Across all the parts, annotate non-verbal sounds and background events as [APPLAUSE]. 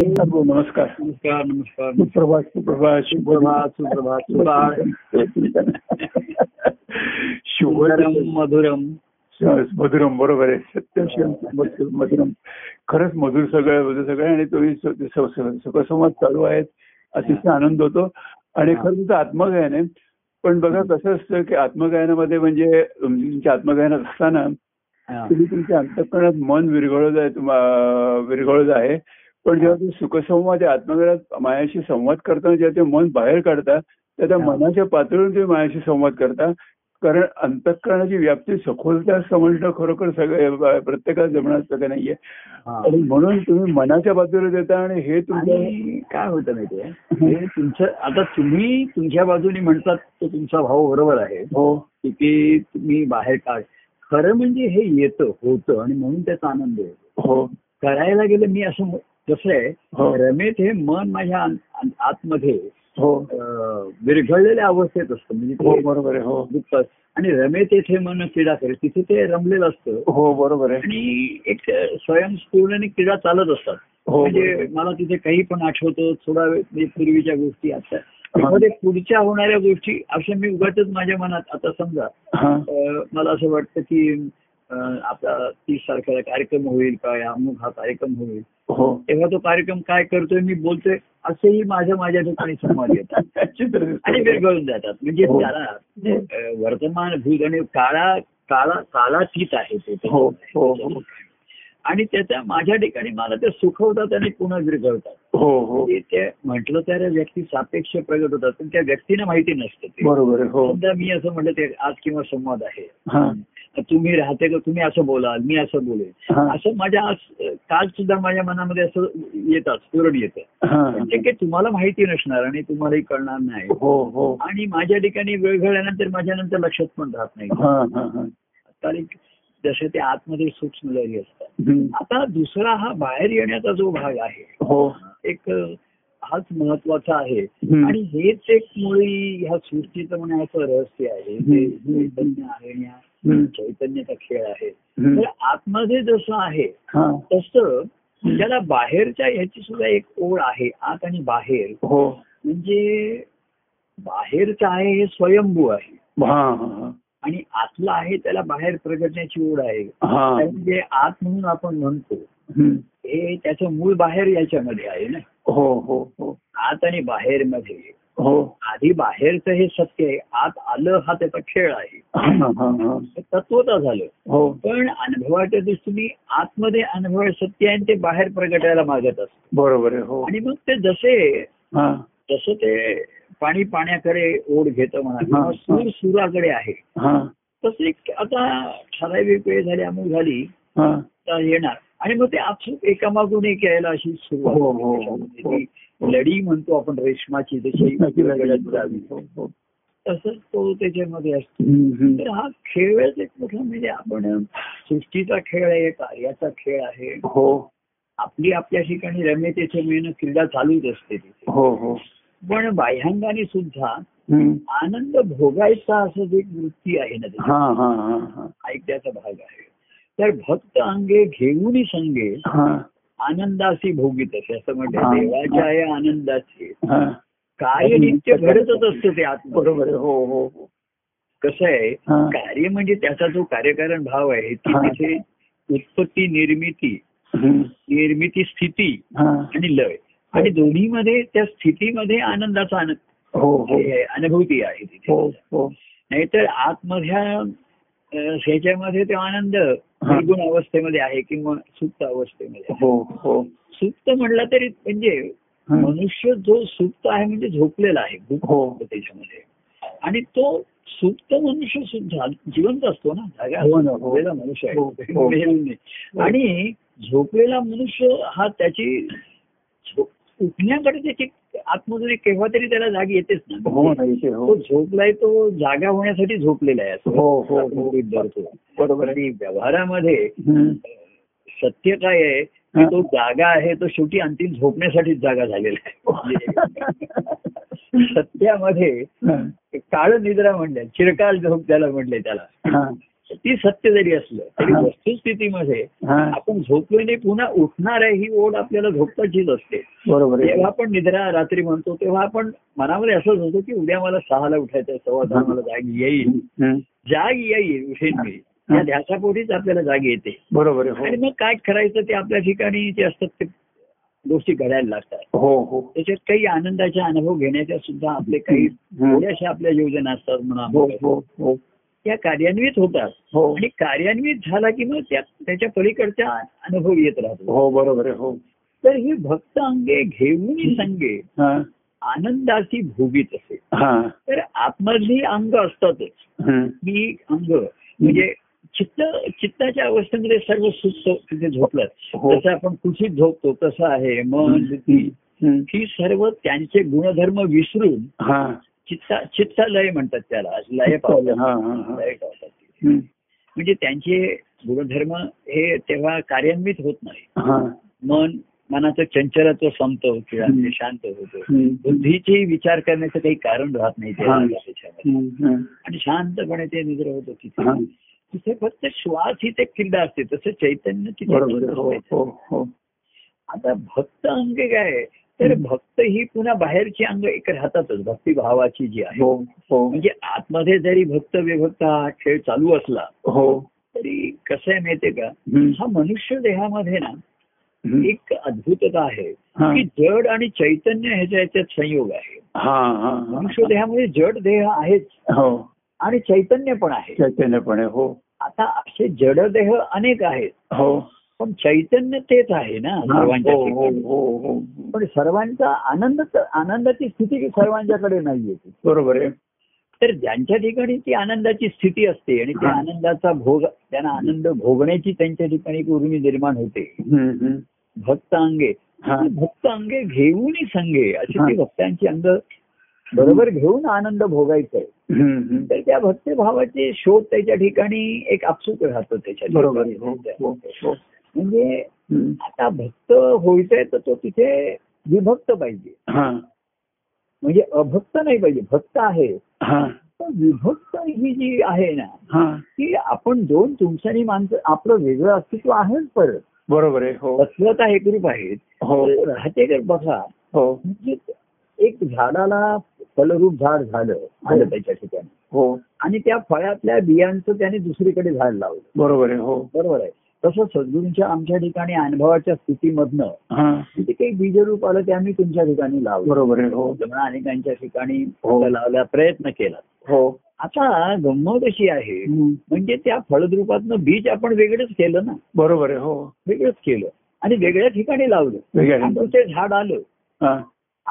Hello नमस्कार नमस्कार नमस्कार सुप्रभात सुप्रभात सुप्रभात सुप्रभात सुभात शुभम मधुरम मधुरम मधुरम बरोबर आहे सत्यम मधुरम खरंच मधुर सगळं मधुर सगळं आणि तो ही स- स- स- सुखसंवाद चालू आहेत अतिशय आनंद होतो आणि खरं तुमचं आत्मगायन आहे पण बघा कसं असतं की आत्मगायनामध्ये म्हणजे तुमच्या आत्मगायनात असताना हा. तुम्ही तुमच्या अंतकरणात मन विरघळत आहे तुम- अं, विरघळत आहे पण जेव्हा तुम्ही सुखसंवाद या आत्मघरात मायाशी संवाद करताना जेव्हा ते मन बाहेर काढता त्या त्या हा. मनाच्या पातळीवर तुम्ही मायाशी संवाद करता कारण अंतःकरणाची व्याप्ती सखोलता समजणं खरोखर सगळं प्रत्येकाला जमणार सगळं नाहीये हा. आणि म्हणून तुम्ही मनाच्या बाजूला देता आणि हे तुमचं आणि काय होतं माहितीये हे तुमचं आता तुम्ही तुमच्या बाजूने म्हणतात तो तुमचा भाऊ बरोबर आहे हो की ते तुम्ही बाहेर काढ खरं म्हणजे हे येतं होतं आणि म्हणून त्याचा आनंद होतो हो करायला गेलं मी असं म- कसं हो. आहे रमेत हे मन माझ्या आं- आं- आतमध्ये हो अं, विरघळलेल्या अवस्थेत असतं म्हणजे हो ते बरोबर आहे हो दुःख असतं. आणि रमेत येथे मन क्रीडा करे तिथे ते रमलेलं असतं हो बरोबर आहे आणि एक स्वयंस्फूर्णाने क्रीडा चालत असतात हो म्हणजे मला तिथे काही पण आठवतं थोडा वेळ म्हणजे पूर्वीच्या गोष्टी आता त्यामध्ये पुढच्या होणाऱ्या गोष्टी अशा मी उगाच माझ्या मनात आता समजा हा अं, मला असं वाटतं की अं, आपला तीस तारखेला कार्यक्रम होईल का या अमुक हा कार्यक्रम होईल हो तेव्हा तो कार्यक्रम काय करतोय मी बोलतोय असेही माझ्या माझ्या ठिकाणी संवाद येतात [LAUGHS] चित्र आणि दिसतं. विरघळून जातात म्हणजे हो. त्याला अं, वर्तमान भूत आणि काळा काळा काळातीत आहे ते हो हो हो आणि त्याच्या माझ्या ठिकाणी मला ते सुखवतात आणि पुन्हा विरघळतात हो हो ते- ते म्हटलं तर व्यक्ती सापेक्ष प्रगट होतात पण त्या व्यक्तीला माहिती नसतं ते बरोबर आहे हो समजा मी असं म्हटलं ते आज किंवा संवाद आहे हा तर तुम्ही राहते का तुम्ही असं बोलाल मी असं बोलेल हा असं माझ्या आज काल सुद्धा माझ्या मनामध्ये असं येतात स्फुरण येतं हा म्हणजे काही तुम्हाला माहिती नसणार आणि तुम्हालाही कळणार नाही हो हो आणि माझ्या ठिकाणी वेळ घाल्यानंतर माझ्या नंतर लक्षात पण राहत नाही हा हा हा कारण जसे ते आतमध्ये सूक्ष्म लहरी असतात हम्म. आता दुसरा हा बाहेर येण्याचा जो भाग आहे हो एक अ, हाच महत्वाचा आहे हम्म. आणि हेच एक मुळी ह्या सृष्टीचं म्हणायचं रहस्य आहे ते हम्म. चैतन्य आहे आणि हा हम्म. चैतन्याचा खेळ आहे हम्म. तर आतमध्ये जसं आहे हा तसं त्याला बाहेरच्या ह्याची सुद्धा एक ओळ आहे आत आणि बाहेर हो म्हणजे बाहेरचं आहे हे स्वयंभू आहे हा हा हा. आणि आतलं आहे त्याला बाहेर प्रगटण्याची ओढ आहे हा म्हणजे आत म्हणून आपण म्हणतो हम्म. हे त्याचं मूळ बाहेर याच्यामध्ये आहे ना हो हो हो आत आणि बाहेर मध्ये हो आधी बाहेरचं हे सत्य आहे आत आलं हा त्याचा खेळ आहे हा हा हा. हे तत्वता झालं हो पण अनुभवाच्या दृष्टीने आतमध्ये अनुभव सत्य आहे आणि ते बाहेर प्रगटायला मागत असत बरोबर आहे हो आणि मग ते जसे हा जसं ते पाणी पाण्याकडे ओढ घेतं म्हणा किंवा सूर सुराकडे आहे हा तसे एक आता ठराविक वेळ झाली अमुक झाली हा आता येणार आणि मग ते अचूक एकामागून एक यायला अशी सुरुवात हो, हो, होते हो, त्याच्यामध्ये. हो. ती लढी म्हणतो आपण रेशमाची जशी नक्की, गडगडत नक्की. जावी. हो, हो. तसंच तो त्याच्यामध्ये असतो हम्म, हम्म. तर हा खेळच एक मोठा म्हणजे आपण सृष्टीचा खेळ आहे कार्याचा खेळ आहे हो आपली आपल्या ठिकाणी रम्यतेचे मेन क्रीडा चालूच असते तिथे हो हो पण बाह्यांगाने सुद्धा हम्म. आनंद भोगायचा असं जे एक वृत्ती आहे ना त्याची, हा हा हा हा ऐकण्याचा भाग आहे तर भक्त अंगे घेऊन संगे हा आनंदाशी भोगीत असे असं हा. म्हणतात देवाच्या आहे आनंदाचे हा कार्य नित्य घडतच असतं ते आत बरोबर आहे हो हो हो कसं आहे हा कार्य म्हणजे त्याचा जो कार्यकारण भाव आहे ती हा. तिथे उत्पत्ती निर्मिती हम्म. निर्मिती स्थिती हा आणि लय आणि दोन्हीमध्ये त्या स्थितीमध्ये आनंदाचा आन- हो हो हे आहे, अनुभूती आहे हो तिथे हो नाहीतर आतमधल्या अं, ह्याच्यामध्ये तो आनंद निर्गुण अवस्थेमध्ये आहे किंवा सुप्त अवस्थेमध्ये आहे. हो हो सुप्त म्हणला तरी म्हणजे हं. मनुष्य जो सुप्त आहे म्हणजे झोपलेला आहे भूत हो असतो त्याच्यामध्ये आणि तो सुप्त मनुष्य सुद्धा जिवंत असतो ना जागा हो ना, असतो. हो. झोपलेला मनुष्य हो, हो. आहे मेलेला नाही. आणि झोपलेला मनुष्य हा त्याची झो- उठण्याकडे त्याची आतमधून केव्हा तरी त्याला जाग येतेच हो ना ना इथे तो हो झोपलाय तो जागा होण्यासाठी झोपलेला आहे असं हो हो हो गृहीत धरतो. बरोबर आहे आणि व्यवहारामध्ये हं. सत्य काय आहे की तो जागा आहे तो शेवटी अंतिम झोपण्यासाठीच जागा झालेला आहे [LAUGHS] म्हणजे सत्यामध्ये हं. काळ निद्रा म्हणले चिरकाल झोप त्याला म्हणले त्याला हं. ती सत्य जरी असलं तरी हा. वस्तुस्थितीमध्ये हा आपण झोपल्याने पुन्हा उठणार आहे ही ओढ आपल्याला झोपताचीच असते बरोबर आहे जेव्हा आपण निद्रा रात्री म्हणतो तेव्हा आपण मनामध्ये असंच होतो की उद्या मला सहाला उठायचं आहे, सव्वा सहा मला जाग येईल हं. जाग येईल उठेन मी या ध्यासापोटीच आपल्याला जाग येते बरोबर आणि आहे मग काय करायचं ते आपल्या ठिकाणी जे असतात ते गोष्टी घडायला लागतात हो हो हो त्याच्यात काही आनंदाचे अनुभव घेण्याच्या सुद्धा आपले काही हं. थोड्याशा आपल्या योजना असतात हो म्हणून हो हो त्या कार्यान्वित होतात हो आणि कार्यान्वित झाला की मग त्या त्याच्या पलीकडचा अनुभव येत राहतो हो बरोबर आहे हो तर ही भक्त अंगे घेऊन संगे हा आनंदाची भोगीत असे हा तर आतमधली अंग असतातच हं. मी अंग म्हणजे चित्त चित्ताच्या अवस्थेमध्ये सर्व सुस्त म्हणजे झोपलं हो. जसं आपण कुशीत झोपतो तसं आहे मन म्हणजे बुद्धी हं. ही सर्व त्यांचे गुणधर्म विसरून हा चित्ता चित्ता लय म्हणतात त्याला लय पावतात हा हा हा लय पावतात हं. म्हणजे त्यांचे गुणधर्म हे तेव्हा कार्यान्वित होत नाही हा मन मनाचं चंचलत्व संपतं किंवा हं. ते शांत होतं हं. बुद्धीचे विचार करण्याचं काही कारण राहत नाही त्या हा. त्याच्यामध्ये हं. हं. आणि शांतपणे ते निद्र होतं तिथे हा. तिथे फक्त श्वास हीच एक क्रीडा असते तसं चैतन्य तिथे बरोबर आहे. हो असते. हो हो आता भक्त अंग काय आहे? तर हं. भक्त ही पुन्हा बाहेरची अंग एक राहतातच भक्तिभावाची जी आहे हो हो म्हणजे आतमध्ये जरी भक्त विभक्त हा खेळ चालू असला हो तरी कसं आहे माहितीये का हं. हा मनुष्य देहामध्ये ना हं. एक अद्भुतता आहे हा. की जड आणि चैतन्य ह्याच्या ह्याच्यात संयोग आहे हा हा हा. मनुष्य देहामध्ये जड देह आहेच हो आणि चैतन्य पण आहे चैतन्यपणे हो आता असे जड देह अनेक आहेत हो पण चैतन्य तेच आहे ना हा. सर्वांच्या हो हो ठिकाणी. हो हो पण सर्वांचा आनंद आनंदाची स्थिती की सर्वांच्याकडे नाहीये ती. बरोबर आहे तर ज्यांच्या ठिकाणी ती आनंदाची स्थिती असते आणि त्या हा. आनंदाचा भोग त्यांना आनंद भोगण्याची त्यांच्या ठिकाणी एक उर्मी निर्माण होते हं, हं. भक्त अंगे हा. भक्त अंगे घेऊन संगे अशी हा. ती भक्तांची अंग बरोबर घेऊन आनंद भोगायचा आहे हं, हं. तर त्या भक्तिभावाचे शोध त्याच्या ठिकाणी एक आपसूक राहतो त्याच्या बरोबर आहे. हो ठिकाणी. हो हो म्हणजे हं. आता भक्त होयचंय तर तो तिथे विभक्त पाहिजे हा म्हणजे अभक्त नाही पाहिजे भक्त आहे हा पण विभक्त ही जी आहे ना हा की आपण दोन तुमच्यानी माणसं आपलं वेगळं अस्तित्व आहेच परत बरोबर आहे हो तत्वता एक रूप आहेत हो तर राहते तर बघा हो म्हणजे एक झाडाला फलरूप झाड झालं आलं हो. त्याच्या ठिकाणी हो आणि त्या फळातल्या बियांचं त्याने दुसरीकडे झाड लावलं बरोबर आहे हो बरोबर आहे तसं सद्गुरूंच्या आमच्या ठिकाणी अनुभवाच्या स्थितीमधनं हा तिथे काही बीजरूप आलं ते आम्ही तुमच्या ठिकाणी लावलं बरोबर आहे हो जमना अनेकांच्या ठिकाणी हो. फळं लावला प्रयत्न केला हो आता गंमत अशी आहे हं. म्हणजे त्या फळद्रुपातनं बीज आपण वेगळंच केलं ना बरोबर आहे हो वेगळंच केलं आणि वेगळ्या ठिकाणी लावलं वेगळ्या आणि ठिकाणी. ते झाड आलं हा.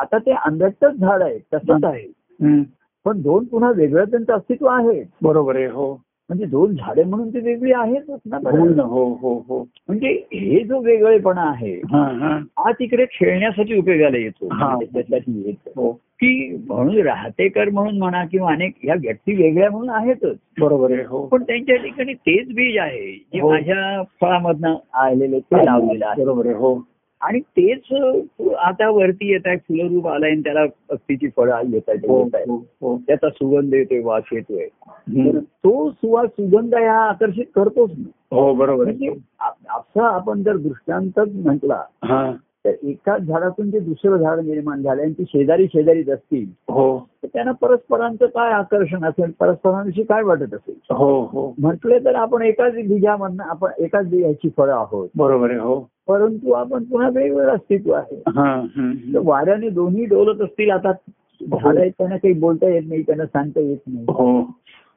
आता ते अंधटच झाड आहे तसंच हा. आहे हं. पण दोन पुन्हा वेगळं त्यांचं अस्तित्व आहे बरोबर आहे हो म्हणजे दोन झाडे म्हणून ते वेगळी आहेतच ना हो बरं. ना हो हो हो म्हणजे हे जो वेगळेपणा आहे हा हा हा तिकडे खेळण्यासाठी उपयोगाला येतो म्हणजे हा. त्याच्यासाठी येतो हो की म्हणून राहतेकर म्हणून म्हणा किंवा अनेक ह्या व्यक्ती वेगळ्या म्हणून आहेतच बरोबर आहे हो पण त्यांच्या ठिकाणी तेच बीज आहे जे हो. माझ्या फळामधनं आलेलं ते लावलेलं आहे बरोबर आहे हो आणि तेच आता वरती येत आहे फुलरूप आलाय आणि त्याला भक्तीची फळं येत आहेत हो येत आहेत. हो हो त्याचा सुगंध येतोय वास येतोय तर हं. तो सुवास सुगंध हा आकर्षित करतोच ना. हो बरोबर म्हणजे आहे आ- असा आपण जर दृष्टांतच म्हटला हा तर एकाच झाडातून जे दुसरं झाड निर्माण झालं आणि ती शेजारी शेजारीच असतील हो तर त्यांना परस्परांचं काय आकर्षण असेल परस्परांविषयी काय वाटत असेल हो हो म्हटलं तर आपण एकाच बीजामधनं आपण एकाच बियाची फळं आहोत बरोबर आहे हो परंतु आपण पुन्हा वेगवेगळं अस्तित्व आहे हा हं, तर हं. वाऱ्याने दोन्ही डोलत असतील आता झाड आहेत त्यांना काही बोलता येत नाही त्यांना सांगता येत नाही हो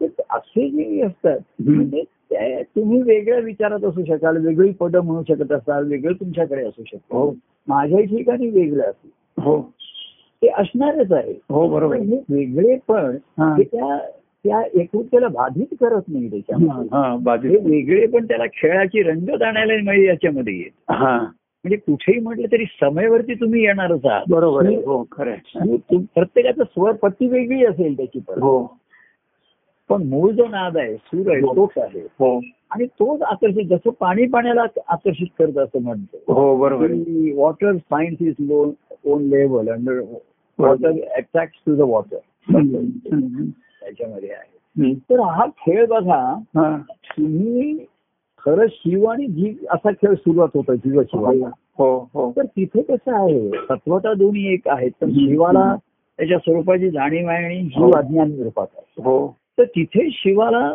तर असे जे असतात हं. ते- ते- तुम्ही वेगळ्या विचारात असू शकाल वेगळी पदं म्हणू शकत असाल वेगळं तुमच्याकडे असू हो शकतो माझ्या ठिकाणी वेगळं असेल हो ते असणारच आहे हो बरोबर पण आहे. हे वेगळे पण हा. हे त्या त्या एकूणतेला बाधित करत नाही हा, त्याच्यामध्ये हा हे बाधित वेगळे पण त्याला खेळाची रंगत आणायला मिळेल याच्यामध्ये येत हा म्हणजे कुठेही म्हटलं तरी समयवरती तुम्ही येणारच आहात बरोबर आहे हो खरं आहे. आणि तुम- प्रत्येकाचं स्वर पट्टी वेगळी असेल त्याची पण हो पण मूळ जो नाद आहे सूर आहे हो. तोच आहे हो आणि तोच आकर्षित जसं पाणी पाण्याला आकर्षित करत असं म्हणतो हो बरोबर आहे. Water find is low on level under water attract to the water हं, हं, हं. त्याच्यामध्ये आहे हं. तर हा खेळ बघा हा. तुम्ही खरं शिव आणि जीव असा खेळ सुरुवात होता जीव शिवाला हो हो तर तिथे कसं आहे तत्वता दोन्ही एक आहेत पण हम्म. शिवाला त्याच्या स्वरूपाची जाणीव आहे आणि जीव हो. अज्ञान रूपात आहे हो तर तिथे शिवाला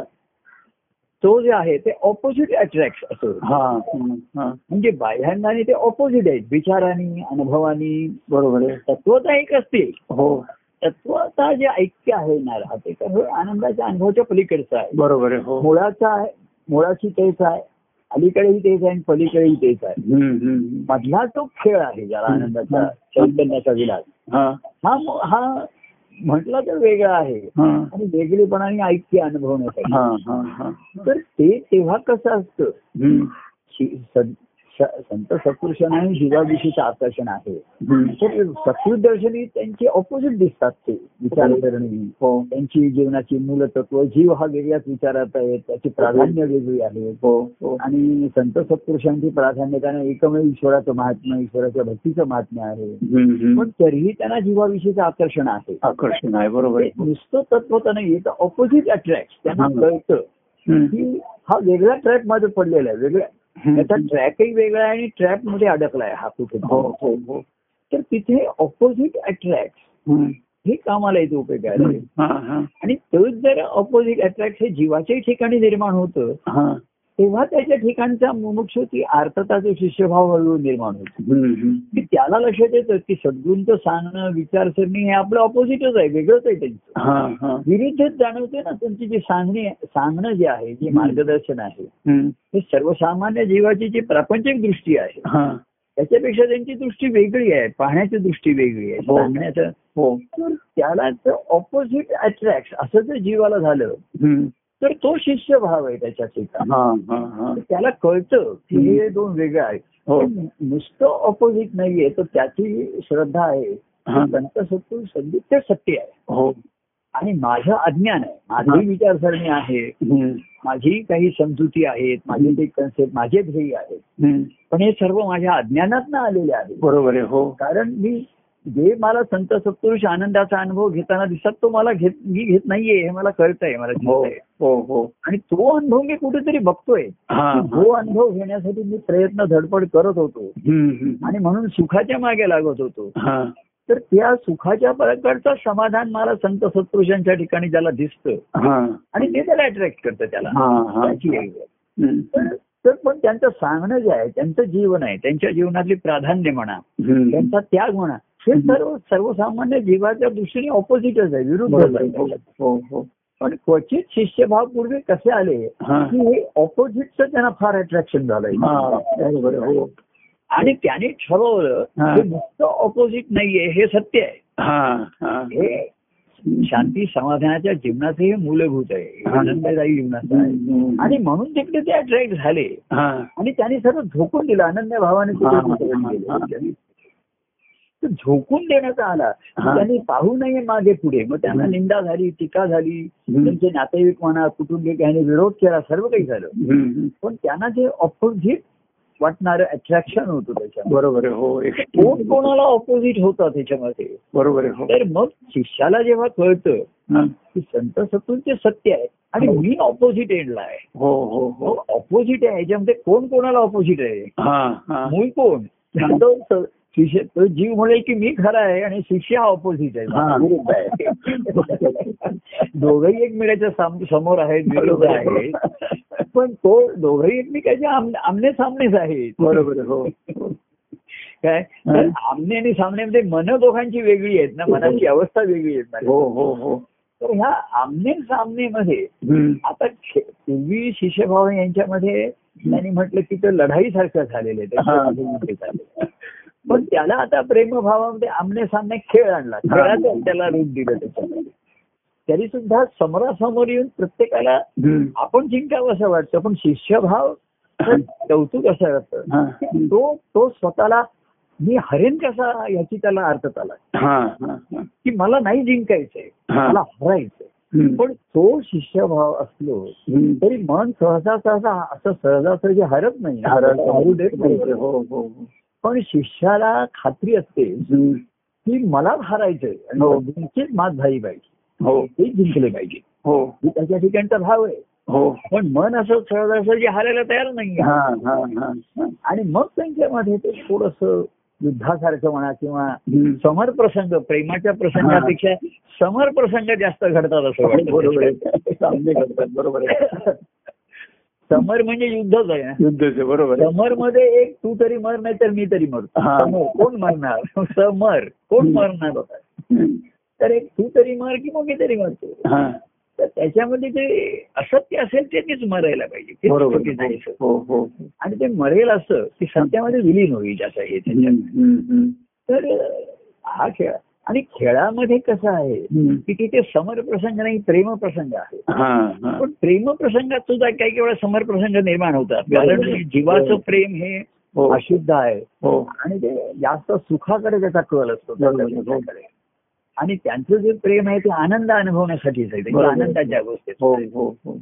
तो जे आहे ते ऑपोजिट अट्रॅक्ट असं होतं. हा हं, हा. म्हणजे बाह्यांनी ते ऑपोजिट आहेत विचारांनी अनुभवानी बरोबर आहे तत्वता एक असते हो तत्वता जे ऐक्य आहे ना राहते का हे आनंदाच्या अनुभवाच्या पलीकडचं आहे बरोबर आहे हो मुळाचा आहे मुळाची तेच आहे अलीकडेही तेच आहे आणि पलीकडेही तेच आहे हं, हं. मधला तो खेळ आहे ज्याला हं. आनंदाचा चैतन्याचा विलास हा हा मु- हा म्हटला तर वेगळा आहे हा आणि वेगळेपणाने ऐक्य अनुभवण्यासाठी हा हा हा तर ते तेव्हा कसं असतं हं, शि- सं- स- संत सत्पुरुषांना आणि जीवाविषयीचं आकर्षण आहे हं. तर सत्पुरुष दर्शनी त्यांचे ऑपोजिट दिसतात ते विचारसरणी हो त्यांची जीवनाची मूलतत्व जीव हा वेगळ्याच विचारात आहे त्याची प्राधान्य वेगळी आहे हो हो आणि संत सत्पुरुषांची प्राधान्य त्यांना एकमेव ईश्वराचं महात्म्य ईश्वराच्या भक्तीचं महात्म्य आहे हं, हं. पण तरीही त्यांना जीवाविषयीचं आकर्षण आहे आकर्षण आहे बरोबर ते आहे नुसतं तत्व त्यांना येतं ऑपोजिट अट्रॅक्ट त्यांना हं. कळतं हं. की हा वेगळ्या ट्रॅक मध्ये पडलेला आहे वेगळ्या त्याचा ट्रॅकही वेगळा आहे आणि ट्रॅप मध्ये अडकलाय हा कुठे हो हो हो तर तिथे ऑपोजिट अट्रॅक्ट हं. हे कामाला येतो उपयोगाला आहे. हा हा आणि तोच जर ऑपोजिट अट्रॅक्ट हे जीवाच्याही ठिकाणी निर्माण होतं हा तेव्हा त्याच्या ठिकाणचा मुमुक्षू ती आर्थता जो शिष्यभाव हळूहळू निर्माण होतो हं, हं. की त्याला लक्षात येतं की सद्गुंचं सांगणं विचारसरणी हे आपलं ऑपोजिटच आहे वेगळंच आहे त्यांचं हा हा विरुद्धच जाणवते ना त्यांची जी सांगणी सांगणं जे आहे जे हं. मार्गदर्शन आहे हं. हे सर्वसामान्य जीवाची जी प्रापंचिक दृष्टी आहे हा त्याच्यापेक्षा त्यांची दृष्टी वेगळी आहे पाहण्याची दृष्टी वेगळी आहे हो. सांगण्याचं हो तर त्याला ऑपोजिट अट्रॅक्ट असं जर जीवाला झालं हं. तर तो शिष्यभाव आहे त्याच्या ठिकाणी हा हा हा तर त्याला कळतं की हे दोन वेगळं आहेत हो पण नुसतं ऑपोजिट नाहीये तर त्याची श्रद्धा आहे हा. संत सत्पुरुष संदिग्ध सत्य आहे हो आणि माझं अज्ञान आहे हा. माझी विचारसरणी आहे हं. माझी काही समजुती आहेत माझे काही कन्सेप्ट माझे ध्येय आहेत हं. पण हे सर्व माझ्या अज्ञानात आलेले आहे बरोबर आहे हो कारण मी जे मला संत सत्पुरुष आनंदाचा अनुभव घेताना दिसत तो मला घेत मी घेत नाहीये हे मला कळतंय मला हो दिसतंय हो हो आणि तो अनुभव मी कुठेतरी बघतोय हा तो अनुभव घेण्यासाठी मी प्रयत्न धडपड करत होतो हं, हं. आणि म्हणून सुखाच्या मागे लागत होतो हा तर त्या सुखाच्या प्रकारचं समाधान मला संत सत्पुरुषांच्या ठिकाणी ज्याला दिसतं हा आणि ते त्याला अट्रॅक्ट करतं त्याला हा हा त्याची एक वेळ. हं. तर- तर पण त्यांचं सांगणं जे आहे त्यांचं जीवन आहे त्यांच्या जीवनातली प्राधान्य म्हणा हं. त्यांचा त्याग म्हणा हे सर्व सर्वसामान्य जीवाच्या दृष्टीने ऑपोजिटच आहे विरुद्धच बरोबर आहे. आहे हो हो पण क्वचित शिष्यभाव पूर्वी कसे आले हा की हे ऑपोजिटचं त्यांना फार अट्रॅक्शन झालंय हा बरोबर आहे. हो आणि त्याने ठरवलं हा. हे नुसतं ऑपोजिट नाहीये हे सत्य आहे हा हा हे शांती समाधानाच्या जीवनाचं हे मूलभूत आहे हा. आनंददायी जीवनाचं आहे आणि म्हणून तिकडे ते अट्रॅक्ट झाले हा आणि त्यांनी सर्व झोकून दिलं आनंद भावाने हा, तिकडे हा, वितरण हा. केलं त्यांनी. तर झोकून देण्याचा आला हा. त्यांनी पाहू नये मागे पुढे मग त्यांना हम्म. निंदा झाली टीका झाली हम्म. त्यांचे नातेवाईक म्हणा कुटुंबिक यांनी विरोध केला सर्व काही झालं हं. पण त्यांना जे ऑपोजिट वाटणारं अट्रॅक्शन होतं त्याच्यामध्ये बरोबर आहे. हो एक कोण कोणाला ऑपोजिट होता त्याच्यामध्ये बरोबर आहे. हो तर मग शिष्याला जेव्हा कळतं हा. की संत सत्तूंचे सत्य आहे आणि हो. मी ऑपोजिट एंडला आहे हो हो हो ऑपोजिट आहे याच्यामध्ये कोण कोणाला ऑपोजिट आहे हा हा मूळ कोण तो स- शिष्य तो जीव म्हणेल की मी खरा आहे आणि शिष्य हा ऑपोजिट आहे हा. विरुद्ध आहे दोघही एकमेकाच्या साम- समोर आहेत विरुद्ध आहेत पण तो दोघही एकमेकाच्या आम- आमने सामनेच आहेत बरोबर आहे. हो हो. काय तर आमने आणि सामनेमध्ये मन दोघांची वेगळी आहेत ना मनाची अवस्था वेगळी आहेत हो ना हो हो तर ह्या आमने सामनेमध्ये हं. आता खे- पूर्वी शिष्यभाव यांच्यामध्ये त्यांनी म्हटलं की ते लढाईसारखं झालेलं हा. आहे झाले पण त्याला आता प्रेमभावामध्ये आमने सामने खेळ आणला खेळाचं त्याला रूप दिलं त्याच्यामध्ये तरी सुद्धा समोरासमोर येऊन प्रत्येकाला हं. आपण जिंकावं असं वाटतं पण शिष्यभाव कौतुक असं वाटतं हा. की तो तो स्वतःला मी हरेन कसा याची त्याला अर्थ आला हा हा हा. की मला नाही जिंकायचंय हा. हो, मला हरायचंय हं. पण तो शिष्यभाव असलो हं. तरी मन सहसा सहसा असं सहजासहजी हरत नाही हरू देत नाही. हो हो हो. पण शिष्याला खात्री असते हं. की मलाच हरायचंय आणि हो. सगळ्यांचीच मात झाली पाहिजे हो ते जिंकले पाहिजे हो ही त्याच्या ठिकाणचा भाव आहे हो पण मन असं सहजासहजी हारायला तयार नाही हा हा हा हा. आणि मग त्यांच्यामध्ये ते थोडस युद्धासारखं म्हणा किंवा हम्म. समर प्रसंग प्रेमाच्या प्रसंगापेक्षा समर प्रसंग जास्त घडतात असं हो, बरोबर वाटतं आहे सामने करतात बरोबर आहे [LAUGHS] [LAUGHS] समर म्हणजे युद्धच आहे ना युद्धाचे बरोबर आहे समर मध्ये एक तू तरी मर नाही तर मी तरी मरतो हा. समर कोण मरणार समर कोण हम्म. मरणार होता हम्म. तर एक तू तरी मर की मग मी तरी मरतो हा तर त्याच्यामध्ये जे असत्य असेल तेच मरायला पाहिजे तेच बरोबर चुकीचं आहे सर. हो हो आणि ते मरेल असं की सत्यामध्ये विलीन होईल असं हे हम्म, त्याच्यात हम्म, हम्म. तर हा खेळ आणि खेळामध्ये कसं आहे हम्म. की तिथे समर प्रसंग नाही प्रेम प्रसंग आहे हा हा पण प्रेम प्रसंगात सुद्धा काही काही वेळा समर प्रसंग निर्माण होतात कारण बरोबर. जीवाचं बरोबर. प्रेम हे हो अशुद्ध आहे हो आणि ते जास्त सुखाकडे त्याचा कल असतो बरोबर. त्याच्याकडे. आणि त्यांचं जे प्रेम आहे ते आनंद अनुभवण्यासाठीच आहे त्यांच्या बरोबर. आनंदाच्या गोष्टी हो हो हो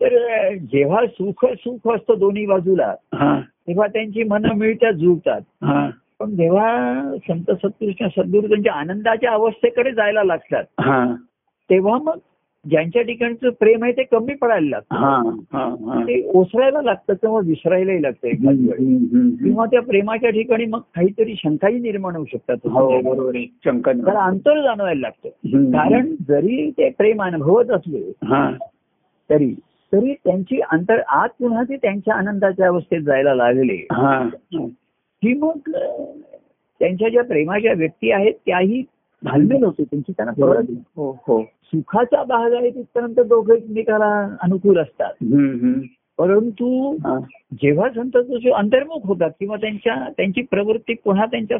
तर अं, जेव्हा सुख सुख असतं दोन्ही बाजूला हा तेव्हा त्यांची मनं मिळतात जुळतात हा पण जेव्हा संत सत्कृष्ण सद्गुरू त्यांच्या आनंदाच्या अवस्थेकडे जायला लागतात हा तेव्हा मग ज्यांच्या ठिकाणचं प्रेम आहे ते कमी पडायला लागतं हा हा हा ते ओसरायला लागतं किंवा विसरायलाही लागतं एखादी हम्म, वेळ हम्म, हम्म, किंवा त्या प्रेमाच्या ठिकाणी मग काहीतरी शंकाही निर्माण होऊ शकतात हम्म. हो बरोबर आहे शंका नाही. त्याला अंतर जाणवायला लागतं हम्म. कारण जरी ते प्रेम अनुभवत असले हा तरी तरी त्यांची अंतर आत पुन्हा ते त्यांच्या आनंदाच्या अवस्थेत जायला लागले हा की मग अ, त्यांच्या ज्या प्रेमाच्या व्यक्ती आहेत त्याही भालमेल होते त्यांची त्यांना बरोबर कळत आहे. नाही. हो हो सुखाचा भाग आहे तिथपर्यंत दोघं एकमेकाला अनुकूल असतात हम्म, हम्म. परंतु हा. जेव्हा संत जोशी अंतर्मुख होतात किंवा त्यांच्या त्यांची प्रवृत्ती पुन्हा त्यांच्या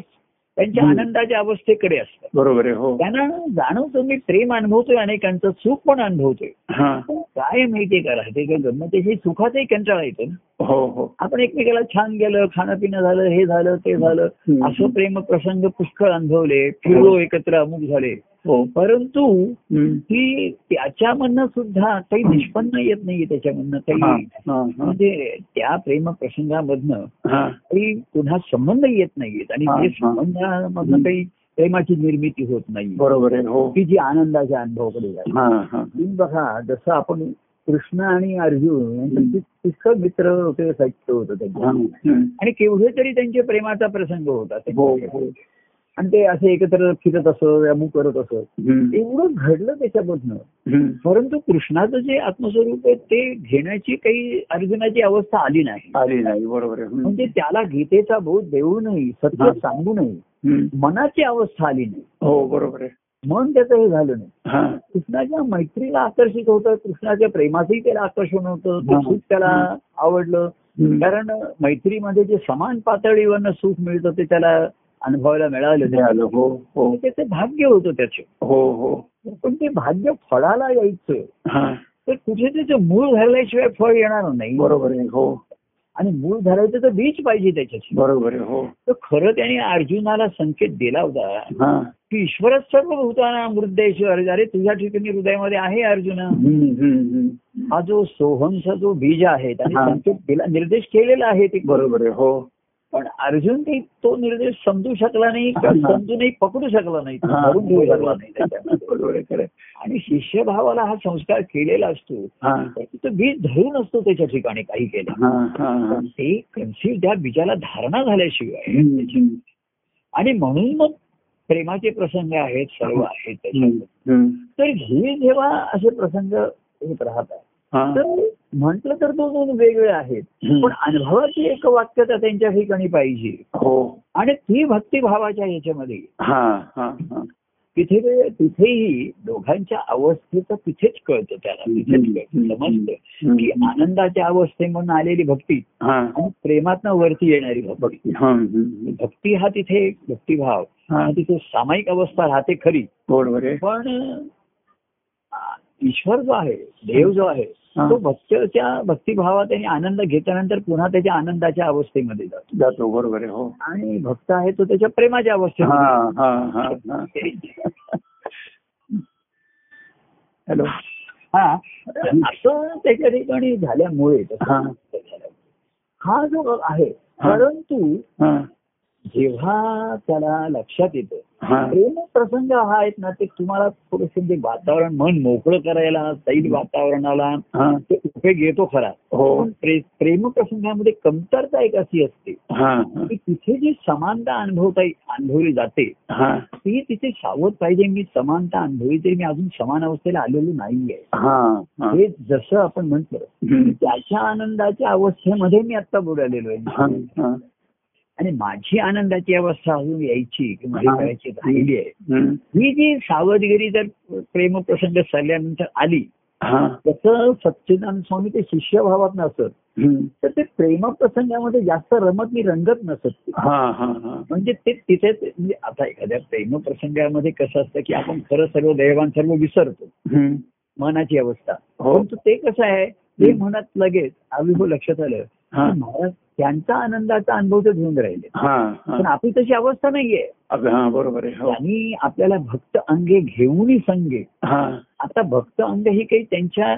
त्यांच्या हम्म. आनंदाच्या अवस्थेकडे असतात बरोबर आहे हो त्यांना जाणवतो मी प्रेम अनुभवतोय अनेकांचं सुख पण अनुभवतोय हा पण काय माहितीये का राहते का गमतीशी सुखाचाही कंटाळा येतो ना हो हो आपण एकमेकाला छान गेलं खाणं पिणं झालं हे झालं ते झालं हम्म. असं प्रेम प्रसंग पुष्कळ अनुभवले फिरलो एकत्र अमुक झाले हो परंतु हम्म. ती त्याच्यामधनं सुद्धा काही निष्पन्न येत नाहीये त्याच्यामधनं हा, काही हा, हा. म्हणजे त्या प्रेम प्रसंगामधनं हा. काही पुन्हा संबंध येत नाहीयेत आणि हा, ते हा. संबंधामधनं हम्म. काही प्रेमाची निर्मिती होत नाही बरोबर आहे हो की जी आनंदाच्या अनुभवाकडे जाते हा हा तुम्ही बघा जसं आपण कृष्ण आणि अर्जुन यांचं हम्म. ति- तितकं मित्र होते सत्य होतं त्यांचं हा. हम्म. आणि केवढे तरी त्यांचे प्रेमाचा प्रसंग होता हो त्यांच्याकडे. हो आणि ते असे एकत्र फिरत असत अमुक करत असत हम्म. एवढं घडलं त्याच्यामधनं हम्म. परंतु कृष्णाचं जे आत्मस्वरूप आहे ते घेण्याची काही अर्जुनाची अवस्था आली नाही आली नाही बरोबर आहे हम्म. म्हणजे त्याला गीतेचा बोध देऊनही सत्य हा. सांगूनही हम्म. मनाची अवस्था आली नाही हो बरोबर आहे मन त्याचं हे झालं नाही हा कृष्णाच्या मैत्रीला आकर्षित होतं कृष्णाच्या प्रेमाचंही त्याला आकर्षण होतं हा. ते सुख त्याला हा. आवडलं हम्म. कारण मैत्रीमध्ये जे समान पातळीवरनं सुख मिळतं ते त्याला अनुभवायला मिळालं ते आलं. हो हो ते त्याचं भाग्य होतं त्याचं हो हो पण ते भाग्य फळाला यायचं हा तर कुठे त्याचं मूळ धरल्याशिवाय फळ येणार नाही बरोबर आहे हो आणि मूळ धरायचं तर बीज पाहिजे त्याच्याशी बरोबर आहे हो तर खरं त्याने अर्जुनाला संकेत दिला होता हा की ईश्वरच सर्व भूताना मृदेश्वर अरे तुझ्या ठिकाणी हृदयामध्ये आहे अर्जुना हम्म, हम्म, हम्म. हा जो सोहमचा जो बीज आहे त्याने हा. संकेत दिला निर्देश केलेला आहे ते बरोबर आहे हो पण अर्जुन ते तो निर्देश समजू शकला नाही किंवा हा. समजूनही पकडू शकला नाही तो हा. धरून ठेवू शकला नाही त्याच्यामध्ये. बरोबर आहे खरं आहे. आणि शिष्यभावाला हा संस्कार केलेला असतो हा तो बीज धरून असतो त्याच्या ठिकाणी काही केलं हा हा हा ते कन्सिव्ह त्या बीजाला धारणा झाल्याशिवाय हम्म, हम्म. आणि म्हणून मग प्रेमाचे प्रसंग आहेत सर्व आहेत त्याच्यात. हम्म, हम्म. तर हे जेव्हा असे प्रसंग येत राहतात हा तर म्हटलं तर तो दोन वेगळे आहेत हम्म. पण अनुभवाची एक वाक्यता त्यांच्या ठिकाणी पाहिजे हो आणि ती भक्तिभावाच्या याच्यामध्ये हा हा हा तिथे ते- तिथेही दोघांच्या अवस्थेचं तिथेच कळतं त्याला तिथेच कळतं समजतं हम्म. की आनंदाच्या अवस्थेमधून आलेली भक्ती हा आणि प्रेमातनं वरती येणारी भक्ती हा हम्म. भक्ती हा तिथे एक भक्तिभाव हा हा तिथे सामायिक अवस्था राहते खरी बरोबर आहे पण आ, ईश्वर जो आहे देव जो आहे हा. तो भक्तीच्या भक्तिभावात आणि आनंद घेतल्यानंतर पुन्हा त्याच्या आनंदाच्या अवस्थेमध्ये जातो जातो बरोबर आहे हो आणि भक्त आहे तो त्याच्या प्रेमाच्या हा अवस्थेमध्ये हा हा हा जातो. हॅलो हा तर असं त्याच्या ठिकाणी झाल्यामुळे हा. हा जो आहे हा. परंतु हा जेव्हा त्याला लक्षात येतं हा प्रेम प्रसंग हा आहेत ना ते तुम्हाला थोडस ते वातावरण मन मोकळं करायला सैल वातावरणाला हा ते उपयोग येतो खरा हो पण प्रे- प्रेम प्रसंगामध्ये कमतरता एक अशी असते हा की तिथे जी समानता अनुभवता अनुभवली जाते हा ती तिथे सावध पाहिजे मी समानता अनुभवी तरी मी अजून समान अवस्थेला आलेलो नाहीये हा हा हे जसं आपण म्हटलं हम्म. त्याच्या आनंदाच्या अवस्थेमध्ये मी आता बुडालेलो आहे हा, हा. आणि माझी आनंदाची अवस्था अजून यायची किंवा हे हा. करायची राहिली आहे हम्म. ही जी सावधगिरी जर प्रेमप्रसंग झाल्यानंतर आली हा तसं सच्चिदानंद स्वामी ते शिष्यभावात नसत हम्म. तर ते प्रेमप्रसंगामध्ये जास्त रमत मी रंगत नसत हा हा हा म्हणजे ते तिथे ते- म्हणजे आता एखाद्या प्रेमप्रसंगामध्ये कसं असतं की आपण खरं सर्व दैवान सर्व विसरतो हम्म. मनाची अवस्था हो परंतु ते कसं आहे ते मनात लगेच आम्ही हो लक्षात आलं हा की महाराज त्यांचा आनंदाचा अनुभव तर घेऊन राहिले हा पण हा आपली तशी अवस्था नाहीये अग- हा बरोबर आहे हो त्यांनी आपल्याला भक्त अंगे घेऊनही संगे हा आता भक्त अंग ही काही त्यांच्या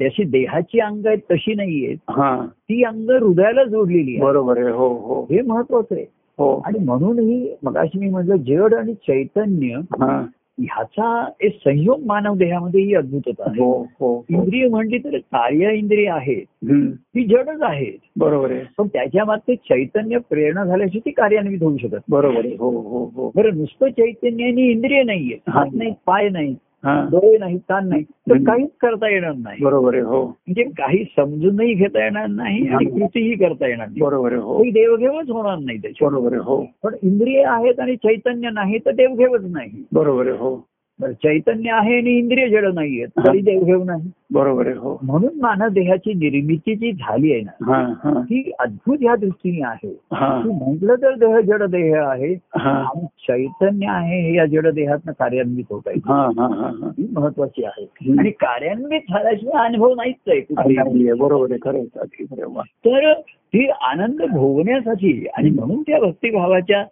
जशी देहाची अंग आहेत तशी नाहीये हा ती अंग हृदयाला जोडलेली आहे बरोबर आहे हो हो हे महत्वाचं आहे हो आणि म्हणून ही मगाशी मी म्हटलं जड आणि चैतन्य हा ह्याचा एक संयोग मानव देहामध्ये ही अद्भुतता आहे हो हो हो. इंद्रिय म्हणली तर कार्य इंद्रिय आहेत हम्म. ती जडच आहेत बरोबर आहे पण त्याच्या मागचे चैतन्य प्रेरणा झाल्याशी ती कार्यान्वित होऊ शकत नाही. बरोबर आहे हो हो हो बरं नुसतं चैतन्य आणि इंद्रिय नाहीये हात नाहीत पाय नाहीत हा डोळे नाहीत कान नाहीत तर हम्म. काहीच करता येणार नाही बरोबर आहे हो म्हणजे काही समजूनही घेता येणार नाही आणि कृतीही करता येणार नाही बरोबर आहे हो काही देवघेवच होणार नाही त्याच्यावर बरोबर आहे हो पण इंद्रिय आहेत आणि चैतन्य नाही तर देवघेवच नाही बरोबर आहे हो बरं, चैतन्य आहे आणि इंद्रिय जड नाहीये तरी देवघेव नाही बरोबर आहे हो म्हणून मानव देहाची निर्मिती जी झाली आहे ना हा हा ती अद्भुत ह्या दृष्टीने आहे हा की म्हटलं तर देह जड देह आहे हा आणि चैतन्य आहे हे या जड देहातनं कार्यान्वित होत आहे हा हा हा हा ही महत्वाची आहे हम्म. आणि कार्यान्वित झाल्याशिवाय अनुभव नाहीच आहे अरे कुठेही. नाहीये, बरोबर आहे खरं आहे, अगदी खरं आहे. वा. तर ती आनंद भोगण्यासाठी आणि म्हणून त्या भक्तिभावाच्या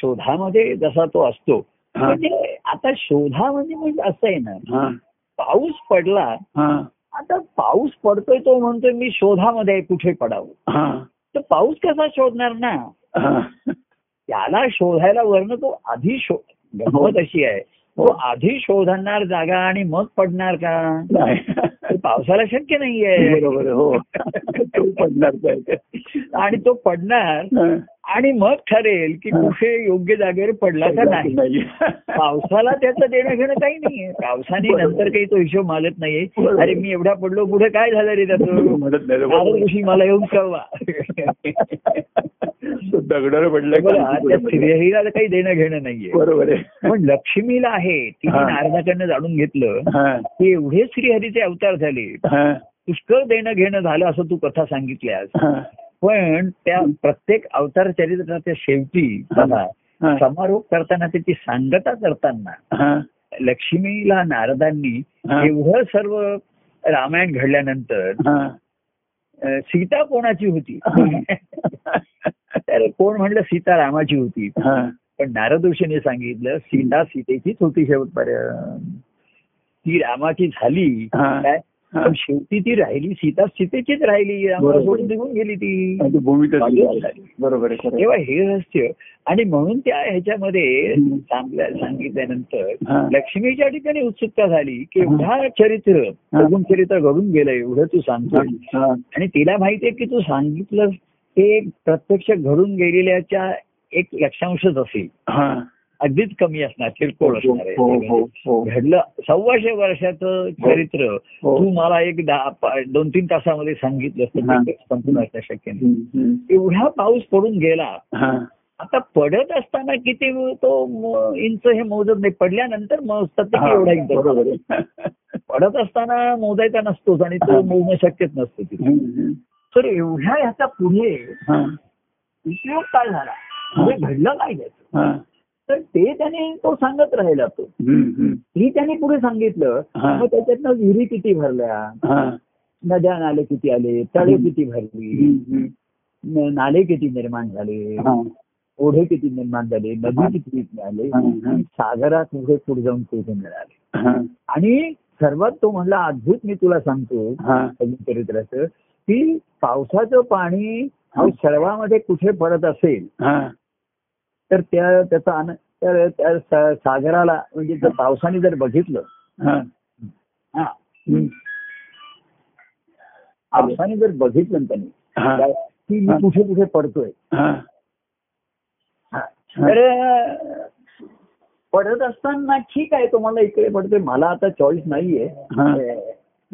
शोधामध्ये जसा तो असतो हा. म्हणजे आता शोधामध्ये म्हणजे असं आहे ना हा पाऊस पडला हा आता पाऊस पडतोय तो म्हणतोय मी शोधामध्ये आहे, कुठे पडावं हा तर पाऊस कसा शोधणार ना हा त्याला शोधायला वरनं तो आधी शोध गंमत अशी आहे तो आधी शोधणार जागा आणि मग पडणार का नाही. ते पावसाला शक्य नाहीये बरोबर आहे, हो तो पडणार काय आणि तो पडणार आणि मग ठरेल की कुठे योग्य जागेवर पडला का नाही पावसाला त्याचं देणं घेणं काही नाहीये पावसाने नंतर काही तो हिशोब मागत नाहीये अरे मी एवढा पडलो पुढे काय झालं रे त्याचं म्हणत नाही नारद ऋषी मला येऊन कळवा दगडावर पडलं बघा, त्या श्रीहरीला काही देणं घेणं नाहीये बरोबर आहे पण लक्ष्मीला आहे तिने हो. हा. नारदाकडनं जाणून घेतलं हा, की एवढे श्रीहरीचे अवतार झाले हा, पुष्कळ देणं घेणं झालं असं तू कथा सांगितल्यास हा, पण त्या प्रत्येक अवतार चरित्राच्या शेवटी बघा, हा, समारोप करताना त्याची सांगता करताना हा, लक्ष्मीला नारदांनी हा. एवढं सर्व रामायण घडल्यानंतर हा. अं, सीता कोणाची होती हा. [LAUGHS] तर कोण म्हणलं सीता रामाची होती पण नारद ऋषीने सांगितलं सीता सीतेचीच होती शेवटपर्यंत ती रामाची झाली हा. काय हा. पण शेवटी ती राहिली सीता सीतेचीच राहिली रामाला बरोबर. सोडून निघून गेली ती आणि ती भूमीतच बाजूला गेली. झाली. बरोबर आहे खरं आहे. तेव्हा हे रहस्य आणि म्हणून त्या ह्याच्यामध्ये हम्म. सांगल्या सांगितल्यानंतर हा. लक्ष्मीच्या ठिकाणी उत्सुकता झाली की हा. एवढा चरित्र बघून चरित्र घडून गेलं एवढं तू सांगतो हा, आणि तिला माहितीये की तू सांगितलं ते प्रत्यक्ष घडून गेलेल्याच्या एक लक्षांशच असेल हा. अगदीच कमी असणार किरकोळ हो, असणार हो, आहे हो, हो. घडलं सव्वाशे वर्षाचं चरित्र हो. तू मला एक दहा पा- दोन तीन तासामध्ये सांगितलं हा. असतं ते संपूर्ण असणं शक्य नाही हम्म, हम्म. एवढा पाऊस पडून गेला हा, आता पडत असताना किती तो म- इंच हे मोजत नाही पडल्यानंतर मोजतात ते हा, की एवढा इंच बरोबर आहे. पडत असताना मोजायचा नसतोच आणि तो हा. मोजणं शक्यच नसतं तिथे हम्म, हम्म. तर एवढ्या ह्याचा पुढे हा, उपयोग काय झाला म्हणजे घडलं काय त्याचं हा. तर ते त्याने तो सांगत राहिला तो हम्म, हम्म. ही त्याने पुढे सांगितलं हा. मग त्याच्यातनं विहिरी किती भरल्या हा, नद्या नाले किती आले तळे हम्म. किती भरली हम्म, हम्म. न- नाले किती निर्माण झाले हा, ओढे किती निर्माण झाले हा. नदी किती आले हा, हा. सागरात पुढे पुढे जाऊन कुठे मिळाले हा, आणि सर्वात तो म्हणला अद्भुत मी तुला सांगतो हा. अजून चरित्राचं की पावसाचं पाणी अहो, सर्वामध्ये कुठे पडत असेल हा, तर त्या त्याचा आन- तर त्या सा- सागराला म्हणजे जर पावसाने जर बघितलं हा. हा हम्म. पावसाने जर बघितलं ना त्यांनी हा. काय- की मी कुठे कुठे पडतोय हा. हा. तर अं, पडत असताना ठीक आहे तुम्हाला इकडे पडतोय मला आता चॉईस नाहीये हा. अं,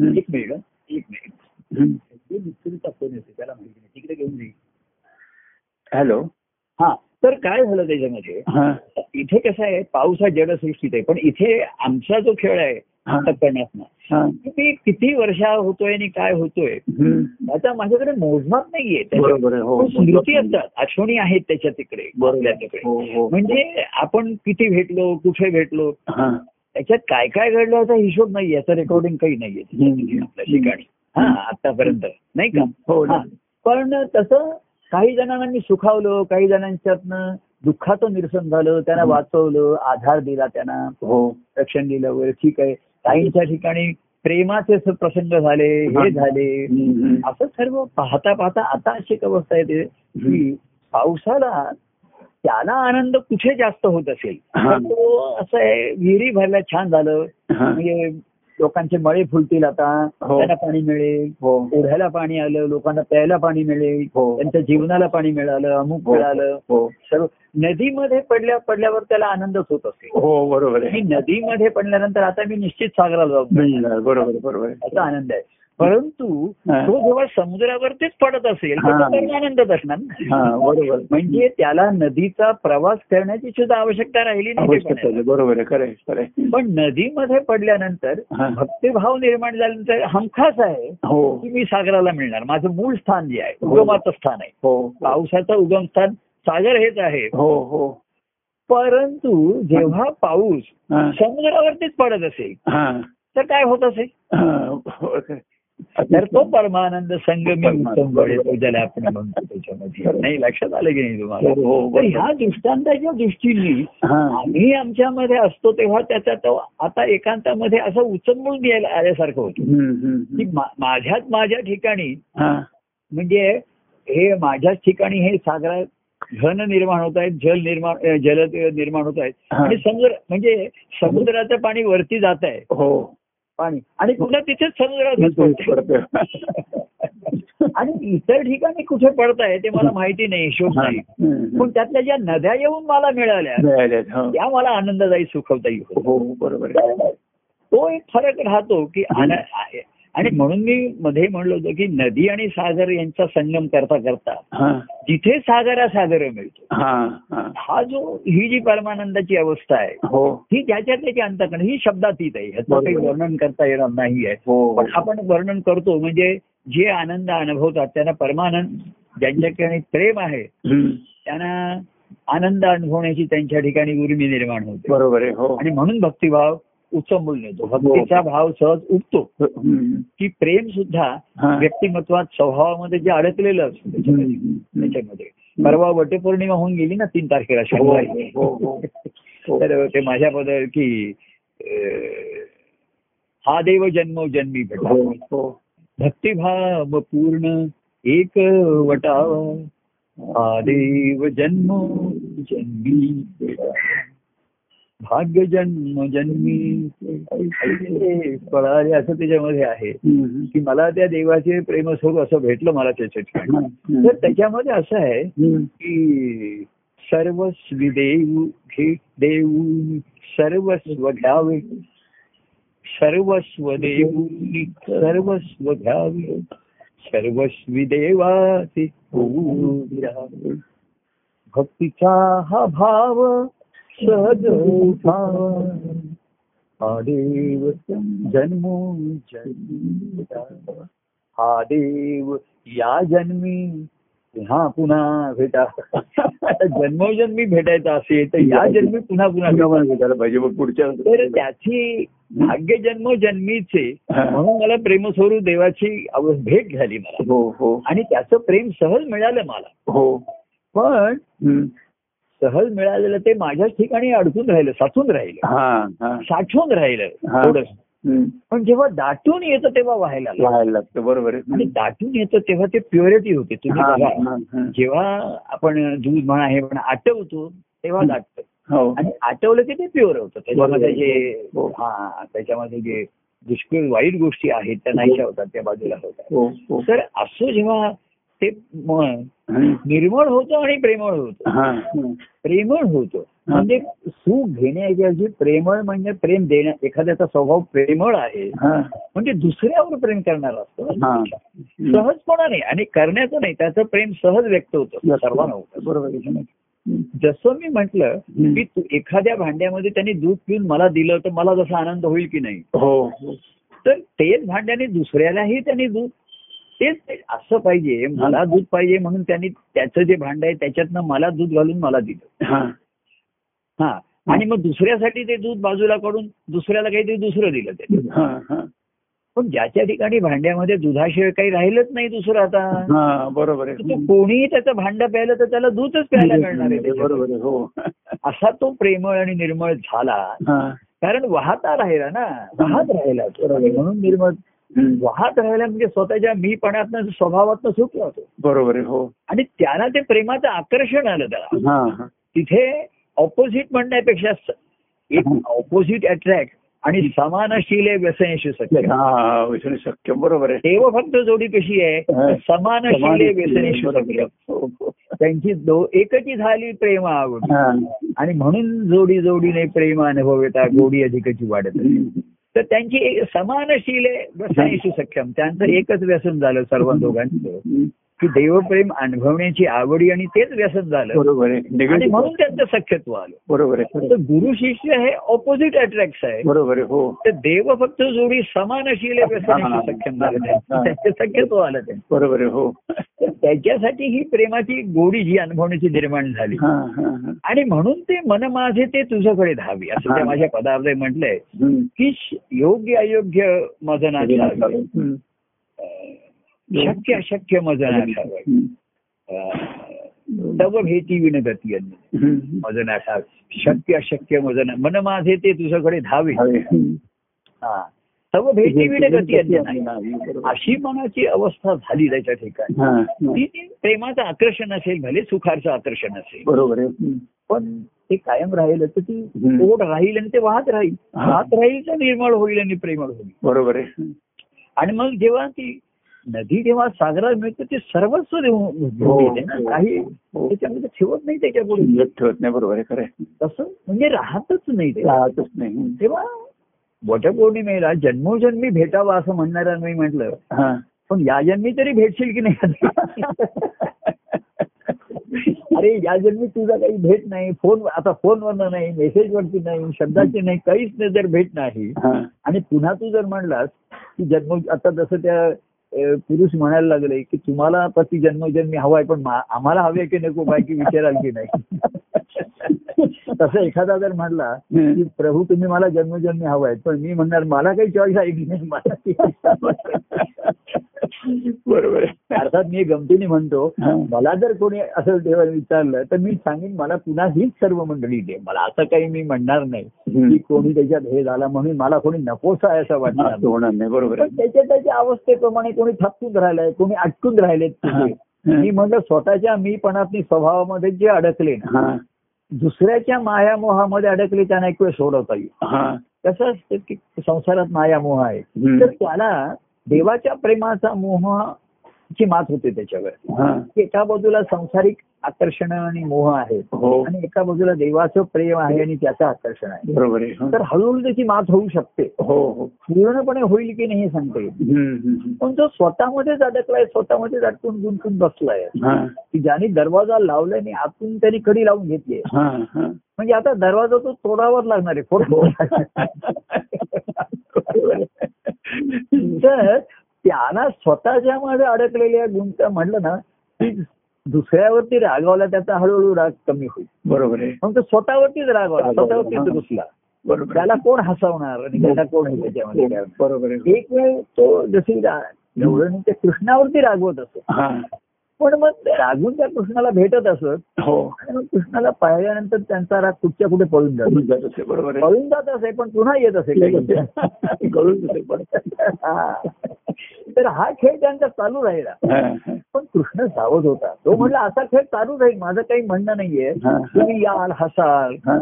हम्म. एक मिनिट हं. एक मिनिट हम्म. हे मिस्त्रीचा फोन येतो त्याला माहिती नाही तिकडे घेऊन जाईल हॅलो हा तर काय झालं त्याच्यामध्ये हा. इथे कसं आहे पाऊस हा जडसृष्टीत आहे पण इथे आमचा जो खेळ आहे हा. आता करण्यात हा. ते किती वर्षा होतोय आणि काय होतोय हम्म. आता माझ्याकडे मोजमाप नाहीये त्याच्यात. बरोबर आहे हो पण स्मृती असतात आठवणी आहेत त्याच्या तिकडे बरोबर आपल्या आहे. तिकडे हो हो म्हणजे आपण किती भेटलो कुठे भेटलो हा. त्याच्यात काय काय घडलं होता हिशोब नाही याचं रेकॉर्डिंग काही नाहीये हम्म. आपल्या ठिकाणी हा आतापर्यंत नाही का हो हा. पण तसं काही जणांना मी सुखावलं काही जणांच्यातनं दुःखाचं निरसन झालं त्यांना हं. वाचवलं आधार दिला त्यांना हो रक्षण दिलं वगैरे ठीक आहे काहींच्या ठिकाणी प्रेमाचे असं प्रसंग झाले हे हं. झाले हम्म. असं सर्व पाहता पाहता आता अशी एक अवस्था येते की हं. पावसाला त्याला आनंद कुठे जास्त होत असेल तर हं. तो असं आहे विहिरी भरल्या छान झालं हा. म्हणजे लोकांचे मळे फुलतील आता हो. त्यांना पाणी मिळेल हो ओढ्याला पाणी आलं लोकांना प्यायला पाणी मिळेल हो. त्यांच्या जीवनाला पाणी मिळालं अमुक हो. मिळालं हो सर्व नदीमध्ये पडल्या पडल्यावर त्याला आनंदच होत असेल हो बरोबर आहे मी नदीमध्ये पडल्यानंतर आता मी निश्चित सागराला जाऊ नाही, नाही, बरोबर आहे, बरोबर आहे असा आनंद आहे परंतु हा. तो जेव्हा समुद्रावरतीच पडत असेल तर हा. तो त्याला आनंदच असणार ना. हा बरोबर म्हणजे त्याला नदीचा प्रवास करण्याची सुद्धा आवश्यकता राहिली नाही ते आवश्यक पण आहे. आहे, बरोबर आहे खरं आहे, खरं आहे. पण नदीमध्ये पडल्यानंतर हा. भक्तिभाव निर्माण झाल्यानंतर हमखास आहे हो की मी सागराला मिळणार माझं मूळ स्थान जे आहे हो. उगमाचं स्थान आहे हो पावसाचं उगम स्थान सागर हेच आहे हो हो परंतु जेव्हा पाऊस हा. समुद्रावरतीच पडत असेल हा. तर काय होत असेल हा. हो, खरं आहे. तर तो परमानंद संगमी उत्तम बरोबर. बळे तो ज्याला आपण म्हणतो त्याच्यामध्ये नाही लक्षात आलं की नाही तुम्हाला हो, हो, तर बरोबर. ह्या दृष्टांताच्या दृष्टीने हा. आम्ही आमच्यामध्ये असतो तेव्हा त्याचा तो आता एकांतामध्ये असं उचंबळून द्यायला आल्यासारखं होतं हम्म, हम्म, की हम्म. मा- माझ्याच माझ्या ठिकाणी हा. म्हणजे हे माझ्याच ठिकाणी हे सागरात घन निर्माण होत आहेत जल निर्माण अ, जल निर्माण होत आहेत हा. आणि समुद्र म्हणजे समुद्राचं पाणी वरती जात आहे हो पाणी आणि पुन्हा तिथेच मी समुद्रात तेच पडतंय. करतोय. आणि इतर ठिकाणी कुठे पडत आहे ते मला माहिती नाही हिशोब हा. नाही हम्म. पण त्यातल्या ज्या नद्या येऊन मला मिळाल्या मिळाल्यात, हो. त्या मला आनंददायी सुखवता येईल हो बरोबर आहे तर तो एक फरक राहतो की आन- आहे. आणि म्हणून मी मध्ये म्हणलो होतो की नदी आणि सागर यांचा संगम करता करता हा जिथे सागरा सागर मिळतो हा हा हा जो ही जी परमानंदाची अवस्था आहे हो ही ज्याच्या त्याची अंतकण ही शब्दातीत आहे ह्याचं काही बरोबर. वर्णन करता येणार नाही आहे हो पण आपण वर्णन करतो म्हणजे जे आनंद अनुभवतात त्यांना परमानंद ज्यांच्या ठिकाणी प्रेम आहे हम्म. त्यांना आनंद अनुभवण्याची त्यांच्या ठिकाणी उर्मी निर्माण होते बरोबर आहे हो आणि म्हणून भक्तिभाव उचंबून येतो भक्तीचा भाव सहज उठतो हम्म. की प्रेम सुद्धा हा. व्यक्तिमत्वात स्वभावामध्ये जे अडकलेलं असतं त्याच्यामध्ये हम्म. त्याच्यामध्ये परवा वटपौर्णिमा होऊन गेली ना तीन तारखेला शनिवारी हो, हो, हो. तर ते माझ्याबद्दल की अं, हा देव जन्मो जन्मी भेटला हो हो भक्तिभाव पूर्ण एक वटावा हा देव जन्मो जन्मी भेटा. भाग्य जन्म जन्मी ऐसे फळाले असं त्याच्यामध्ये आहे हम्म. की मला त्या देवाचे प्रेमस्वरूप असं भेटलं मला त्याच्या ठिकाणी हम्म. तर त्याच्यामध्ये असं आहे हम्म. की सर्वस्वी देऊ घे देऊ सर्वस्व घ्यावे सर्वस्व देऊ सर्वस्व घ्यावे सर्वस्वी देवाचे होऊ विरावे. भक्तीचा हा भाव सहज उठावा हा देव जन्मो जन्मी दावा. हा देव या जन्मी हा पुन्हा भेटा आता जन्मोजन्मी भेटायचा असेल तर या जन्मी पुन्हा पुन्हा भेटा. पुन्हा भेटायला पाहिजे मग पुढच्या तर त्याची भाग्य जन्म जन्मीचे हा. म्हणून मला प्रेमस्वरूप देवाची आव- भेट झाली मला हो हो आणि त्याचं प्रेम सहज मिळालं मला हो पण हम्म. सहज मिळालेलं ते माझ्याच ठिकाणी अडकून राहिलं साचून राहिलं हा हा साठवून राहिलं हा. थोडस हम्म. पण जेव्हा दाटून येतं तेव्हा व्हायला लागलं. व्हायला लागतं बरोबर आहे आणि हम्म. दाटून येतं तेव्हा ते प्युरिटी होते तुम्ही हा, बघा हा, हा. जेव्हा आपण दूध म्हणा हे म्हणा आटवतो ते तेव्हा लागतं हो आणि आटवलं की ते प्युअर होतं त्याच्यामध्ये जे हो. हा त्याच्यामध्ये जे दुष्काळ वाईट गोष्टी आहेत त्या नाहीशा होतात त्या बाजूला होतात हो हो तर असं जेव्हा ते मन हं. निर्मळ होतं आणि प्रेमळ होतं हा, हं. प्रेमळ होतं म्हणजे सुख घेण्याऐवजी प्रेमळ म्हणजे प्रेम देण्या एखाद्याचा स्वभाव प्रेमळ आहे हा, म्हणजे दुसऱ्यावर प्रेम करणार असतो हा. सहजपणाने आणि करण्याचं नाही त्याचं प्रेम सहज व्यक्त होतं सर्वांना होतं बरोबर आहे. हं. जसं मी म्हटलं हं. की तू- एखाद्या भांड्यामध्ये त्यांनी दूध पिऊन मला दिलं तर मला जसा आनंद होईल की नाही हो हो तर तेच भांड्याने दुसऱ्यालाही त्यांनी दूध तेच ते- असं पाहिजे मला दूध पाहिजे म्हणून त्यांनी त्याचं जे भांड आहे त्याच्यातनं मला दूध घालून मला दिलं हा हा आणि मग दुसऱ्यासाठी ते दूध बाजूला काढून दुसऱ्याला काहीतरी दुसरं दिलं त्याने हा हा पण ज्याच्या ठिकाणी भांड्यामध्ये दुधाशिवाय काही राहिलंच नाही दुसरं आता हा बरोबर तर आहे तो कोणीही त्याचं भांड प्यायलं तर त्याला दूधच प्यायला मिळणार आहे त्याच्यात. बरोबर आहे हो असा तो प्रेमळ आणि निर्मळ झाला हा कारण वाहता राहिला ना वाहत राहिला तो. आणि म्हणून निर्मळ हं. वाहत राहिला म्हणजे स्वतःच्या मीपणातनं स्वभावातनं सुटला होतो बरोबर आहे हो आणि त्याला ते प्रेमाचं आकर्षण आलं त्याला हा हा तिथे ऑपोजिट म्हणण्यापेक्षा स- एक ऑपोजिट अट्रॅक्ट आणि समानशील व्यसनशी सख्य हा विसरू शक्य बरोबर आहे तेव्हा फक्त जोडी कशी हा. आहे समानशील व्यसनेशी सख्य हो, हो. त्यांची दो एकची झाली प्रेम आवड हा. आणि म्हणून जोडी जोडीने प्रेम अनुभवता गोडी अधिकची वाढत आहे. तर त्यांची एक समानशील व्यसनेशी सक्षम त्यांचं एकच व्यसन झालं सर्व दोघांचं की देवप्रेम अनुभवण्याची आवडी आणि तेच व्यसन झालं बरोबर आहे आणि निगडीत म्हणून त्यांचं सख्यत्व आलं बरोबर आहे तर खरं. गुरु शिष्य हे ऑपोजिट अट्रॅक्ट आहे बरोबर आहे हो तर देव फक्त जोडी समानशील हा. व्यसनेशी सक्षम झालं त्यांचं त्यांचं सख्यत्व आलं त्यांचं बरोबर आहे हो तर त्याच्यासाठी ही प्रेमाची गोडी जी अनुभवण्याची निर्माण झाली हा हा हा आणि म्हणून ते मन माझे ते तुझ्याकडे धावी असं त्या हा. माझ्या पदार्थ म्हटलंय हं. की श- योग्य अयोग्य मजन असावं हं. शक्य अशक्य मजन असावं हं. तव भेटी विनगती अन्न हं. मजन असावं शक्य अशक्य मजन मन माझे ते तुझ्याकडे धावे हवे. हं. हा. तव भेटी विनगती अन्न नाही. बरोबर. अशी मनाची अवस्था झाली त्याच्या ठिकाणी हा, ती हा. ती प्रेमाचं आकर्षण असेल भले सुखाचं आकर्षण असेल बरोबर आहे हं. पण ते कायम राहिलं तर ती हम्म. ओढ राहील आणि ते वाहत राहील हा. वाहत राहील तर निर्मळ होईल आणि प्रेमळ होईल बरोबर आहे हं. आणि मग जेव्हा ती नदी जेव्हा सागराला मिळते ती सर्वस्व देऊन घेऊन येते ना. हो. काही हो. त्याच्यामध्ये ठेवत नाही त्याच्यापुढे शिल्लक ठेवत नाही बरोबर आहे खरं आहे. तसं म्हणजे राहतच नाही ते राहतच नाही हं. तेव्हा वटपौर्णिमेला जन्मोजन्मी भेटावा असं म्हणणारा मी म्हटलं हा. पण या जन्मी तरी भेटशील की नाही अरे या जन्मी तुझा काही भेट नाही फोन आता फोनवर नाही मेसेजवरती नाही शब्दाची नाही काहीच नाही जर भेट नाही हा. आणि पुन्हा तू जर म्हणलास की जन्म आता जसं त्या अ, पुरुष म्हणायला लागले की तुम्हाला पती जन्मजन्मी हवाय पण मा- आम्हाला हवे की नको बायकी विचाराल की नाही तसं एखादा जर म्हणला की प्रभू तुम्ही मला जन्मजन्मी हवाय पण मी म्हणणार मला काही चॉईस आहे की नाही मला ती [LAUGHS] बरोबर आहे अर्थात मी गमतीने म्हणतो हा. मला जर कोणी असं देवाने विचारलं तर मी सांगेन मला पुन्हा हीच सर्व मंडळी दे मला असं काही मी म्हणणार नाही हम्म. की कोणी त्याच्यात हे झाला म्हणून मला कोणी नकोसा आहे असं वाटणार असं होणार नाही बरोबर पण आहे त्याच्या त्याच्या अवस्थेप्रमाणे कोणी थकून राहिलंय कोणी अटकून राहिलेत हा. तिथे. मी म्हणलं स्वतःच्या मीपणातनी स्वभावामध्ये जे अडकले ना हा. दुसऱ्याच्या मायामोहामध्ये अडकले त्यांना एक वेळ सोडवता येईल हा. कसं असतं की संसारात मायामोह आहे हम्म. तर त्याला देवाच्या प्रेमाचा मोह ची मात होते त्याच्यावर हा. की एका बाजूला संसारिक आकर्षण आणि मोह आहे हो आणि एका बाजूला देवाचं प्रेम आहे आणि त्याचं आकर्षण आहे बरोबर आहे हं. तर हळूहळू त्याची मात होऊ शकते हो हो पूर्णपणे होईल की नाही हे सांगता येईल हम्म, हम्म, पण तो स्वतःमध्येच अडकलाय स्वतःमध्येच अडकून गुंतून बसलाय हं. हा. की ज्याने दरवाजा लावलाय आणि आतून त्याने कडी लावून घेतली आहे. हा, हा. म्हणजे आता दरवाजा तो तोडावर लागणार आहे फोडतो तर त्याला स्वतःच्या मध्ये अडकलेल्या गुंता म्हटलं ना की दुसऱ्यावरती रागावला त्याचा हळूहळू राग कमी होईल बरोबर आहे मग तो स्वतःवरतीच रागावला स्वतःवरतीच घुसला बरोबर आहे. त्याला कोण हसवणार आणि त्याला कोण हे त्याच्यामध्ये करणार? बरोबर आहे एक वेळ तो जशी रा- गवळणी त्या कृष्णावरती रागवत असतो हा पण मग ते अजून त्या कृष्णाला भेटत असत हो आणि मग कृष्णाला पाहिल्यानंतर त्यांचा राग कुठच्या कुठे पळून जातो कळून जात असे बरोबर आहे पळून जात असे पण पुन्हा येत असे काही. कळून जाते पण हा. तर हा खेळ त्यांचा चालू राहिला हा, पण कृष्ण सावध होता तो म्हणला असा खेळ चालू राहील माझं काही म्हणणं नाहीये हा, हा, तुम्ही याल हसाल हा.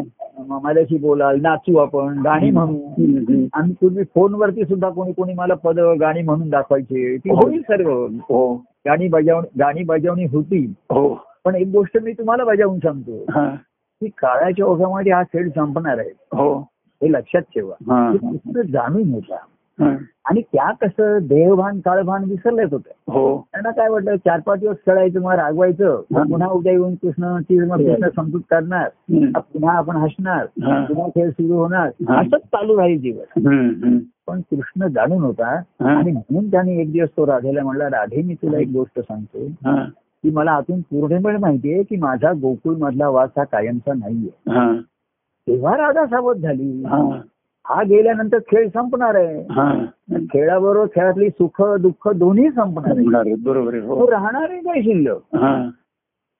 म- माझ्याशी बोलाल नाचू आपण गाणी म्हणू हम्म, हम्म. आणि पूर्वी फोनवरती सुद्धा कोणी कोणी मला पद गाणी म्हणून दाखवायची ती हो. होईल सर्व हो गाणी बजावणी गाणी बजावणी होती हो पण एक गोष्ट मी तुम्हाला बजावून सांगतो हा, की काळाच्या ओघामध्ये हा खेळ संपणार आहे हो हे लक्षात ठेवा हा, की कृष्ण जाणून होता हा. आणि त्या कसं देहभान काळभान विसरलेच होत्या हो त्यांना काय वाटलं चार पाच दिवस खेळायचं मग रागवायचं हा. मग पुन्हा उद्या येऊन कृष्णाची मग कृष्ण समजूत काढणार हम्म. पुन्हा आपण हसणार हा. पुन्हा खेळ सुरू होणार हा. असंच चालू राहील जीवन हम्म, हम्म. पण कृष्ण जाणून होता हा. आणि म्हणून त्याने एक दिवस तो राधेला म्हणला राधे मी तुला एक गोष्ट सांगतो हा, की मला आतून पूर्णपणे माहितीये की माझा गोकुळ मधला वास हा कायमचा नाहीये हा, तेव्हा राधा सावध झाली हा, हा गेल्यानंतर खेळ संपणार आहे हा. खेळाबरोबर खेळातली सुख दुःख दोन्ही संपणार आहे होणार आहे, बरोबर आहे हो तो राहणार आहे काय शिल्लक हा,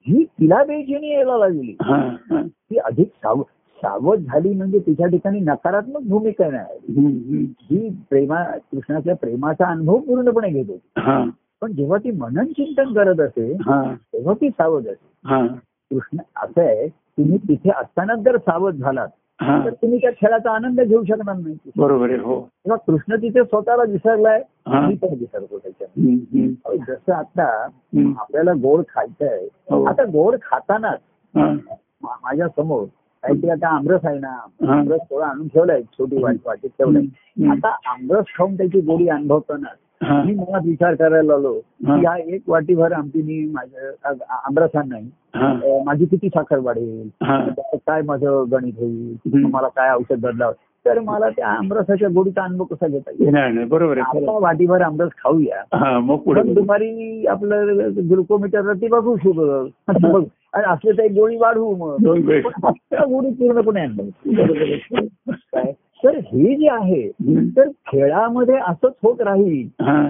ही तिला बेचैनी यायला लागली हा, हा. ती अधिक साव सावध झाली म्हणजे तिच्या ठिकाणी नकारात्मक भूमिका नाही हम्म, हम्म. ही प्रेमा कृष्णाच्या प्रेमाचा अनुभव पूर्णपणे घेते हा, पण जेव्हा ती मनन चिंतन करत असते हा, तेव्हा ती सावध असते हा, कृष्ण असं आहे तुम्ही तिथे असतानाच जर सावध झालात हा. तर तुम्ही त्या खेळाचा आनंद घेऊ शकणार नाही बरोबर आहे हो तेव्हा कृष्ण तिथे स्वतःला विसरलाय हा. मी पण विसरतो त्याच्यामध्ये हम्म, हम्म, अहो, जसं आता हम्म. आपल्याला गोड खायचंय हो. आता गोड खातानाच हा, मा- माझ्या समोर काहीतरी आता आमरस आहे ना हा. आमरस थोडा आणून ठेवलाय छोटी वाट वाटीत ठेवलाय हम्म. आता आमरस खाऊन त्याची गोडी अनुभवताना हा, मी मनात विचार करायला लागलो हा. की या एक वाटीभर आमची मी माझ्या आ- आ- आमरसांना हा, अ, माझी किती साखर वाढेल हा. त्याचं काय माझं गणित होईल हम्म. मला काय औषध बदलावं तर मला त्या आमरसाच्या गोडीचा अनुभव कसा घेता येईल येणार नाही बरोबर आहे खरं. आता वाटीभर आमरस खाऊया हा मग पुढे पण दुपारी आपलं ग्लुकोमीटर ती बघू शुगर ती बघू. आणि असले तर एक गोळी वाढवू मग दोन वेळ पण आत्ता गोळी पूर्णपणे अनुभव बरोबर आहे. काय तर हे जे आहे हम्म. तर खेळामध्ये असंच होत राहील हा,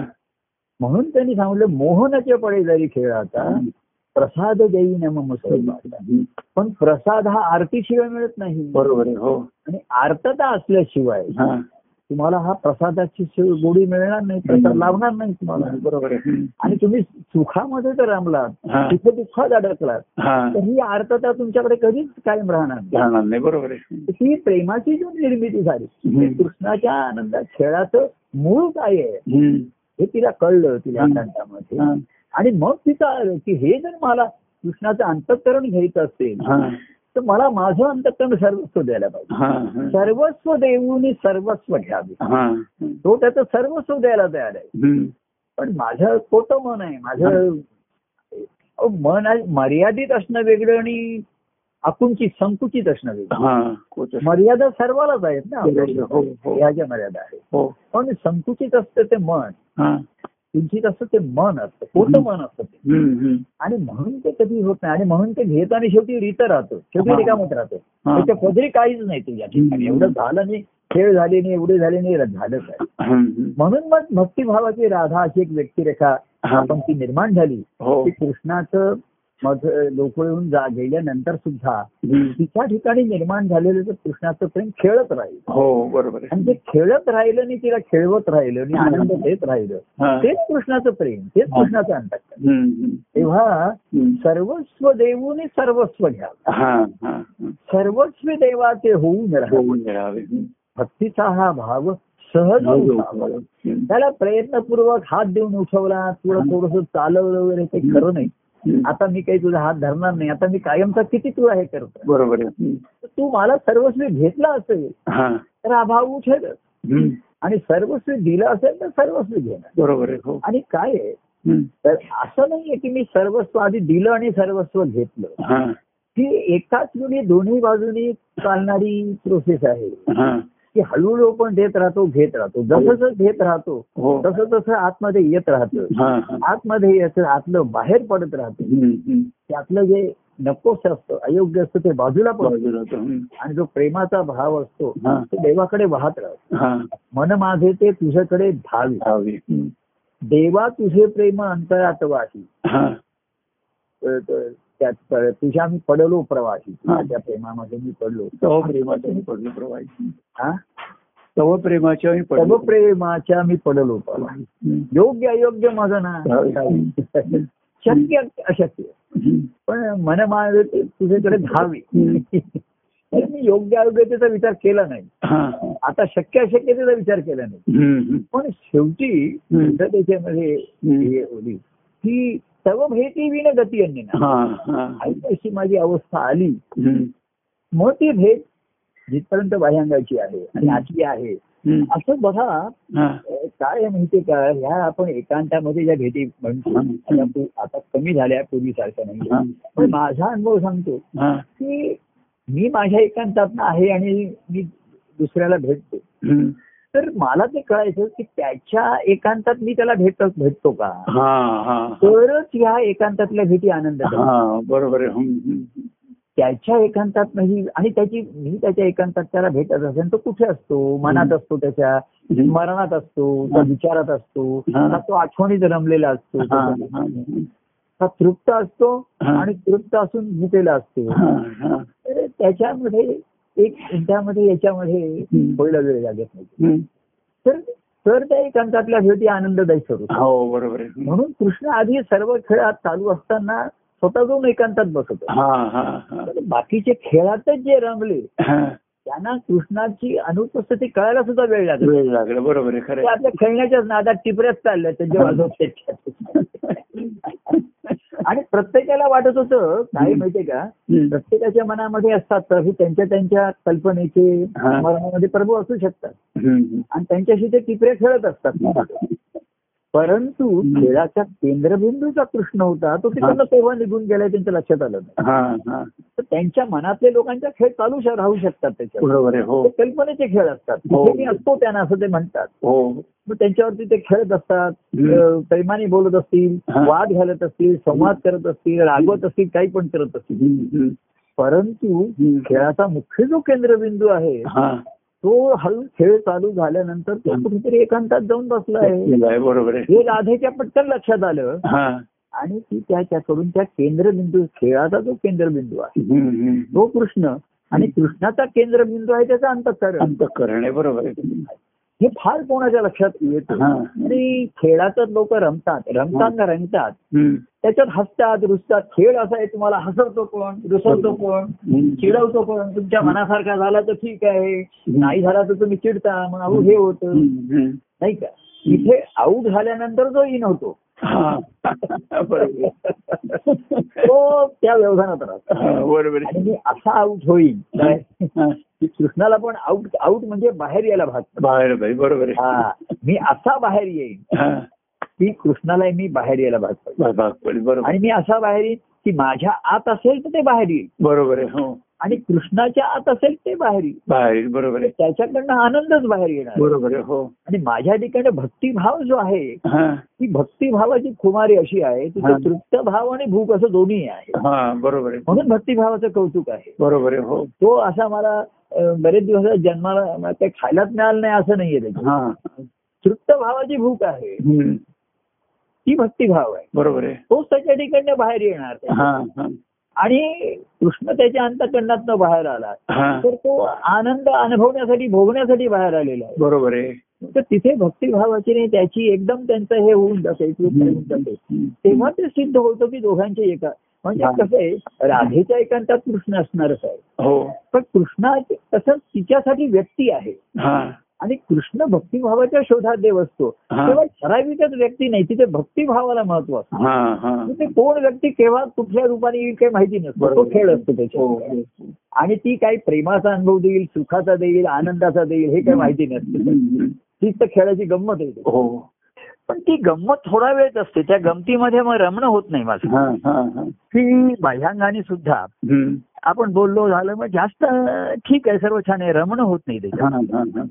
म्हणून त्यांनी सांगितलं मोहनाचे पडे जरी खेळ आता प्रसाद देई नम मुसलमान हम्म. पण प्रसाद हा आरतीशिवाय मिळत नाही बरोबर आहे हो आणि आर्तता असल्याशिवाय हा तुम्हाला हा प्रसादाची शिव- गोडी मिळणार नाही प्रसाद लावणार नाही तुम्हाला बरोबर आहे हम्म. आणि तुम्ही सुखामध्ये जर रमलात हा तिथे दुःखात अडकलात हा तर ही आर्तता तुमच्याकडे कधीच कायम राहणार नाही राहणार नाही बरोबर आहे ही प्रेमाची जी निर्मिती झाली हम्म. कृष्णाच्या आनंदात खेळाचं मूळ काय आहे हम्म. हे तिला कळलं तिला हम्म. आनंदामध्ये हा, आणि मग तिचं आलं की हे जर मला कृष्णाचं अंतःकरण घ्यायचं असेल हा, तर मला माझं अंतःकरण सर्वस्व द्यायला पाहिजे हा, हा. सर्वस्व देऊन सर्वस्व घ्यावे हा. तो त्याचं सर्वस्व द्यायला तयार आहे हम्म. पण माझं खोटं मन आहे माझं अहो, मन आहे- मर्यादित असणं वेगळं आणि आकुंचित संकुचित असणं वेगळं हा. कोचर. मर्यादा सर्वालाच आहेत ना बरोबर. हो, हो. ह्याच्या मर्यादा आहेत हो. पण संकुचित असतं ते मन हा. किंचित असतं ते मन असतं खोटं मन असतं ते हम्म, हम्म. आणि म्हणून ते कधी होत नाही आणि म्हणून ते घेताना शेवटी रीत राहतो शेवटी हा. रिकामत राहतो हा. त्याच्या पदरी काहीच नाही तुझ्या ठिकाणी हम्म. एवढं झालं नाही खेळ झाले नाही एवढे झाले नाही झालं काय हम्म. म्हणून मग भक्तिभावाची राधा अशी एक व्यक्तिरेखा हा. आपण ती निर्माण झाली हो. की कृष्णाचं मध लोकळून जा गेल्यानंतर सुद्धा हम्म. तिच्या ठिकाणी निर्माण झालेलं ते कृष्णाचं प्रेम खेळत राहील हो, बरोबर आहे. आणि ते खेळत राहिलं आणि तिला खेळवत राहिलं आणि आनंद देत राहिलं हा. तेच कृष्णाचं प्रेम तेच हा. कृष्णाचं अंतक हम्म, हम्म. तेव्हा हम्म. सर्वस्व देऊन सर्वस्व घ्या हा, हा, हा. सर्वस्व देवाचे होऊन राहा होऊन राहावे. हम्म. भक्तीचा हा भाव सहज हो, उठावा. हम्म. त्याला प्रयत्नपूर्वक हात देऊन उठवला तुला थोडस चालवलं वगैरे ते खरं नाही हम्म. आता मी काही तुझा हात धरणार नाही आता मी कायमचा किती तुला हे करतो बरोबर आहे. हम्म. तू मला सर्वस्वी घेतला असेल हा. तर हा भाव उठेल हम्म. आणि सर्वस्वी दिलं असेल तर सर्वस्वी घेणार बरोबर आहे. हो. आणि काय आहे हम्म. तर असं नाहीये की मी सर्वस्व आधी दिलं आणि सर्वस्व घेतलं हा. ही एकाच वेळी दोन्ही बाजूनी चालणारी प्रोसेस आहे हा. की हळूहळू पण देत राहतो घेत राहतो जसं जसं घेत राहतो हो. तसं तसं आतमध्ये येत राहतं हा, हा. आतमध्ये याचं आतलं बाहेर पडत राहतं हम्म, हम्म. त्यातलं जे नकोस असतं अयोग्य असतं ते बाजूला पडतं बाजूला तो. हम्म. आणि जो प्रेमाचा भाव असतो हा. तो देवाकडे वाहत राहतो हा. मन माझे ते तुझ्याकडे धावे राहावे. हम्म. देवा तुझे प्रेम अंतरात वाही हा. कळतोय. त्यात पड- तुझ्या मी पडलो प्रवाही हा. माझ्या प्रेमामध्ये मी पडलो तव प्रेमाच्या मी पडलो प्रवाही हा तव प्रेमाच्या मी सर्व पडलो प्रेमाच्या मी पडलो प्रवाही हं. योग्य अयोग्य माझं ना हं. शक्य अशक्य हं. पण मन माझं ते तुझ्याकडे धावे तर मी योग्य अयोग्यतेचा विचार केला नाही हा. आता शक्य अशक्यतेचा विचार केला नाही हं. हं. पण शेवटी हं. त्याच्यामध्ये हे होती की सर्व भेटी विण गती अन्य ना हा. हा. अशी माझी अवस्था आली हं. मग ती भेट जिथपर्यंत बाह्यांगाची आहे आणि हं. आतली आहे हं. असं बघा हा. अं, काय आहे माहितीये का ह्या आपण एकांतामध्ये ज्या भेटी म्हणतो हं. आता पू- आता कमी झाल्या पूर्वीसारख्या हा. नाही पण माझा अनुभव सांगतो हा. की मी माझ्या एकांतात आहे आणि मी दुसऱ्याला भेटतो हं. तर मला ते कळायचं की त्याच्या एकांतात मी त्याला भेट भेटतो का हा. हा. तरच ह्या एकांतातल्या भेटी आनंद हा. बरोबर आहे हं. हं. त्याच्या एकांतात नाही आणि त्याची मी त्याच्या एकांतात त्याला भेटत असेल तो कुठे असतो मनात असतो त्याच्या हं. स्मरणात असतो त्या विचारात असतो हा. का तो आठवणीत रमलेला असतो हा. का हा. तृप्त असतो हा. आणि तृप्त असून भुकेला असतो हा. हा. तर त्याच्यामध्ये एक त्यामध्ये याच्यामध्ये हं. पहिला वेळ लागत नाही हं. तर तर त्या एकांतातल्या भेटी आनंददायी स्वरूप हो बरोबर आहे हं. म्हणून कृष्ण आधी सर्व खेळात चालू असताना स्वतः जाऊन एकांतात बसत होता. हा. हा. हा. तर बाकीचे खेळातच जे रमले हा. त्यांना कृष्णाची अनुपस्थिती कळायला सुद्धा वेळ लागला वेळ लागला बरोबर आहे खरं ते आपल्या खेळण्याच्याच नादात टिपऱ्याच चालल्या त्यांच्या वाजवत आणि प्रत्येकाला वाटत होतं काय माहितीये का हं. प्रत्येकाच्या मनामध्ये असतात तर हे त्यांच्या त्यांच्या कल्पनेचे हा. मनामध्ये प्रभू असू शकतात हं. आणि त्यांच्याशी ते टिपऱ्या खेळत असतात परंतु हम्म. खेळाचा केंद्रबिंदूचा कृष्ण होता तो तिकडनं तेव्हा निघून गेलाय त्यांच्या लक्षात आलं नाही हा. हा. तर त्यांच्या मनातले लोकांचा खेळ चालू श- राहू शकतात त्याच्यावर बरोबर आहे हो ते कल्पनेचे खेळ असतात हो. कुठे मी असतो त्यांना असं ते म्हणतात हो मग त्यांच्यावरती ते खेळत असतात हम्म. अं, प्रेमाने बोलत असतील हा. वाद घालत असतील संवाद करत असतील रागवत असतील काही पण करत असतील हं. हं. परंतु हम्म. खेळाचा मुख्य जो केंद्रबिंदू आहे हा तो हळू खेळ चालू झाल्यानंतर तो हम्म. कुठेतरी एकांतात जाऊन बसला आहे केलं आहे, बरोबर आहे हे राधेच्या पटकन लक्षात आलं हा आणि ती त्याच्याकडून त्या केंद्रबिंदू खेळाचा जो केंद्रबिंदू आहे हम्म, हम्म. तो कृष्ण आणि कृष्णाचा केंद्रबिंदू आहे त्याचा अंतकरण अंतःकरण आहे बरोबर आहे हे फार कोणाच्या लक्षात येत हा. आणि खेळातच लोक रमतात रमताना रंगतात हम्म, त्याच्यात हसतात रुसतात खेळ असा आहे तुम्हाला हसवतो कोण रुसवतो कोण हम्म. चिडवतो कोण तुमच्या मनासारखा झाला तर ठीक आहे नाही झाला तर तुम्ही चिडता मग अहो हे होतं हम्म, हम्म. नाही का इथे आऊट झाल्यानंतर जो इन होतो हा. बरोबर आहे. तो त्या व्यवधानात राहतो हा, बरोबर आहे. आणि मी असा आऊट होईल हा, हा. की कृष्णाला पण आऊट आऊट म्हणजे बाहेर यायला भाग पडेल. बाहेर भाई बरोबर आहे हा मी असा बाहेर येईन हा. की कृष्णाला मी बाहेर यायला भाग पडेल भाग- भाग पडेल बरोबर आणि मी असा बाहेर येईन की माझ्या आत असेल तर ते बाहेर येईल बरोबर आहे हो आणि कृष्णाच्या आत असेल ते बाहेर येईल म्हणजे बाहेर येईल, बरोबर आहे त्याच्याकडनं आनंदच बाहेर येणार बरोबर आहे हो आणि माझ्या ठिकाणी भक्तिभाव जो आहे हा ती भक्तिभावाची खुमारी अशी आहे की हा. तो तृप्त भाव आणि भूक असं दोन्ही आहे हा बरोबर आहे म्हणून भक्तिभावाचं कौतुक आहे बरोबर आहे हो तो असा मला अं, बरेच दिवस जन्माला मला काही खायलाच मिळालं नाही असं नाहीये त्याची हा तृप्त भावाची भूक आहे हम्म. ती भक्तिभाव आहे बरोबर आहे तोच त्याच्या ठिकाणी बाहेर येणार हा हा आणि कृष्ण त्याच्या अंतकरणात बाहेर आला हा तर तो आनंद अनुभवण्यासाठी भोगण्यासाठी बाहेर आलेला आहे बरोबर आहे तर तिथे भक्तिभावाची नाही त्याची एकदम त्यांचं हे होऊन जाते तृप्त होऊन जाते तेव्हा ते सिद्ध होतं की दोघांचे एका म्हणजे हा. कसं आहे राधेच्या एकांतात कृष्ण असणारच आहे हो पण कृष्णा तसंच तिच्यासाठी व्यक्ती आहे हा आणि कृष्ण भक्तिभावाच्या शोधात देव असतो हा. तेव्हा ठराविकच व्यक्ती नाही तिथे भक्तिभावाला महत्व असतं हा हा म्हणजे ते कोण व्यक्ती केव्हा कुठल्या रूपाने येईल काही माहिती नसतं तो बरोबर. खेळ असतो हो त्याच्या हो. आणि ती काही प्रेमाचा अनुभव देईल सुखाचा देईल आनंदाचा देईल हे काही माहिती नसतं हम्म. तीच तर खेळाची गंमत आहे हो पण ती गंमत थोडा वेळच असते त्या गमतीमध्ये मग रमण होत नाही माझं हा हा हा की बाह्यांगाने सुद्धा हम्म. आपण बोललो झालं मग जास्त ठीक आहे सर्व छान आहे रमण होत नाही त्याच्यात हा हा हा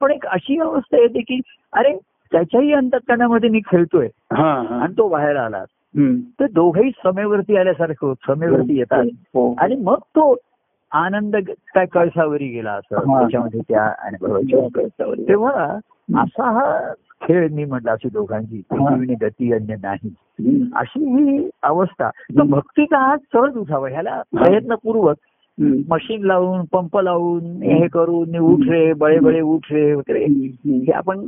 पण एक अशी अवस्था येते की अरे त्याच्याही अंतकरणामध्ये मी खेळतोय हा हा आणि तो बाहेर आला हम्म. तर दोघेही समेवरती आल्यासारखं होतं, समेवरती येतात हो आणि मग तो आनंद ग- काय कळसावरी गेला असं हा. त्याच्यामध्ये त्या अनुभवाच्या कळसावरी तेव्हा असा हा खेळ मी म्हटला अशी दोघांची हा. पृथ्वीने गती अन्य नाही हम्म. अशी ही अवस्था तर भक्तीचा हा सहज उठावा ह्याला प्रयत्नपूर्वक हम्म. मशीन लावून पंप लावून हे करून उठ रे बळे बळे उठ रे वगैरे हम्म. हे आपण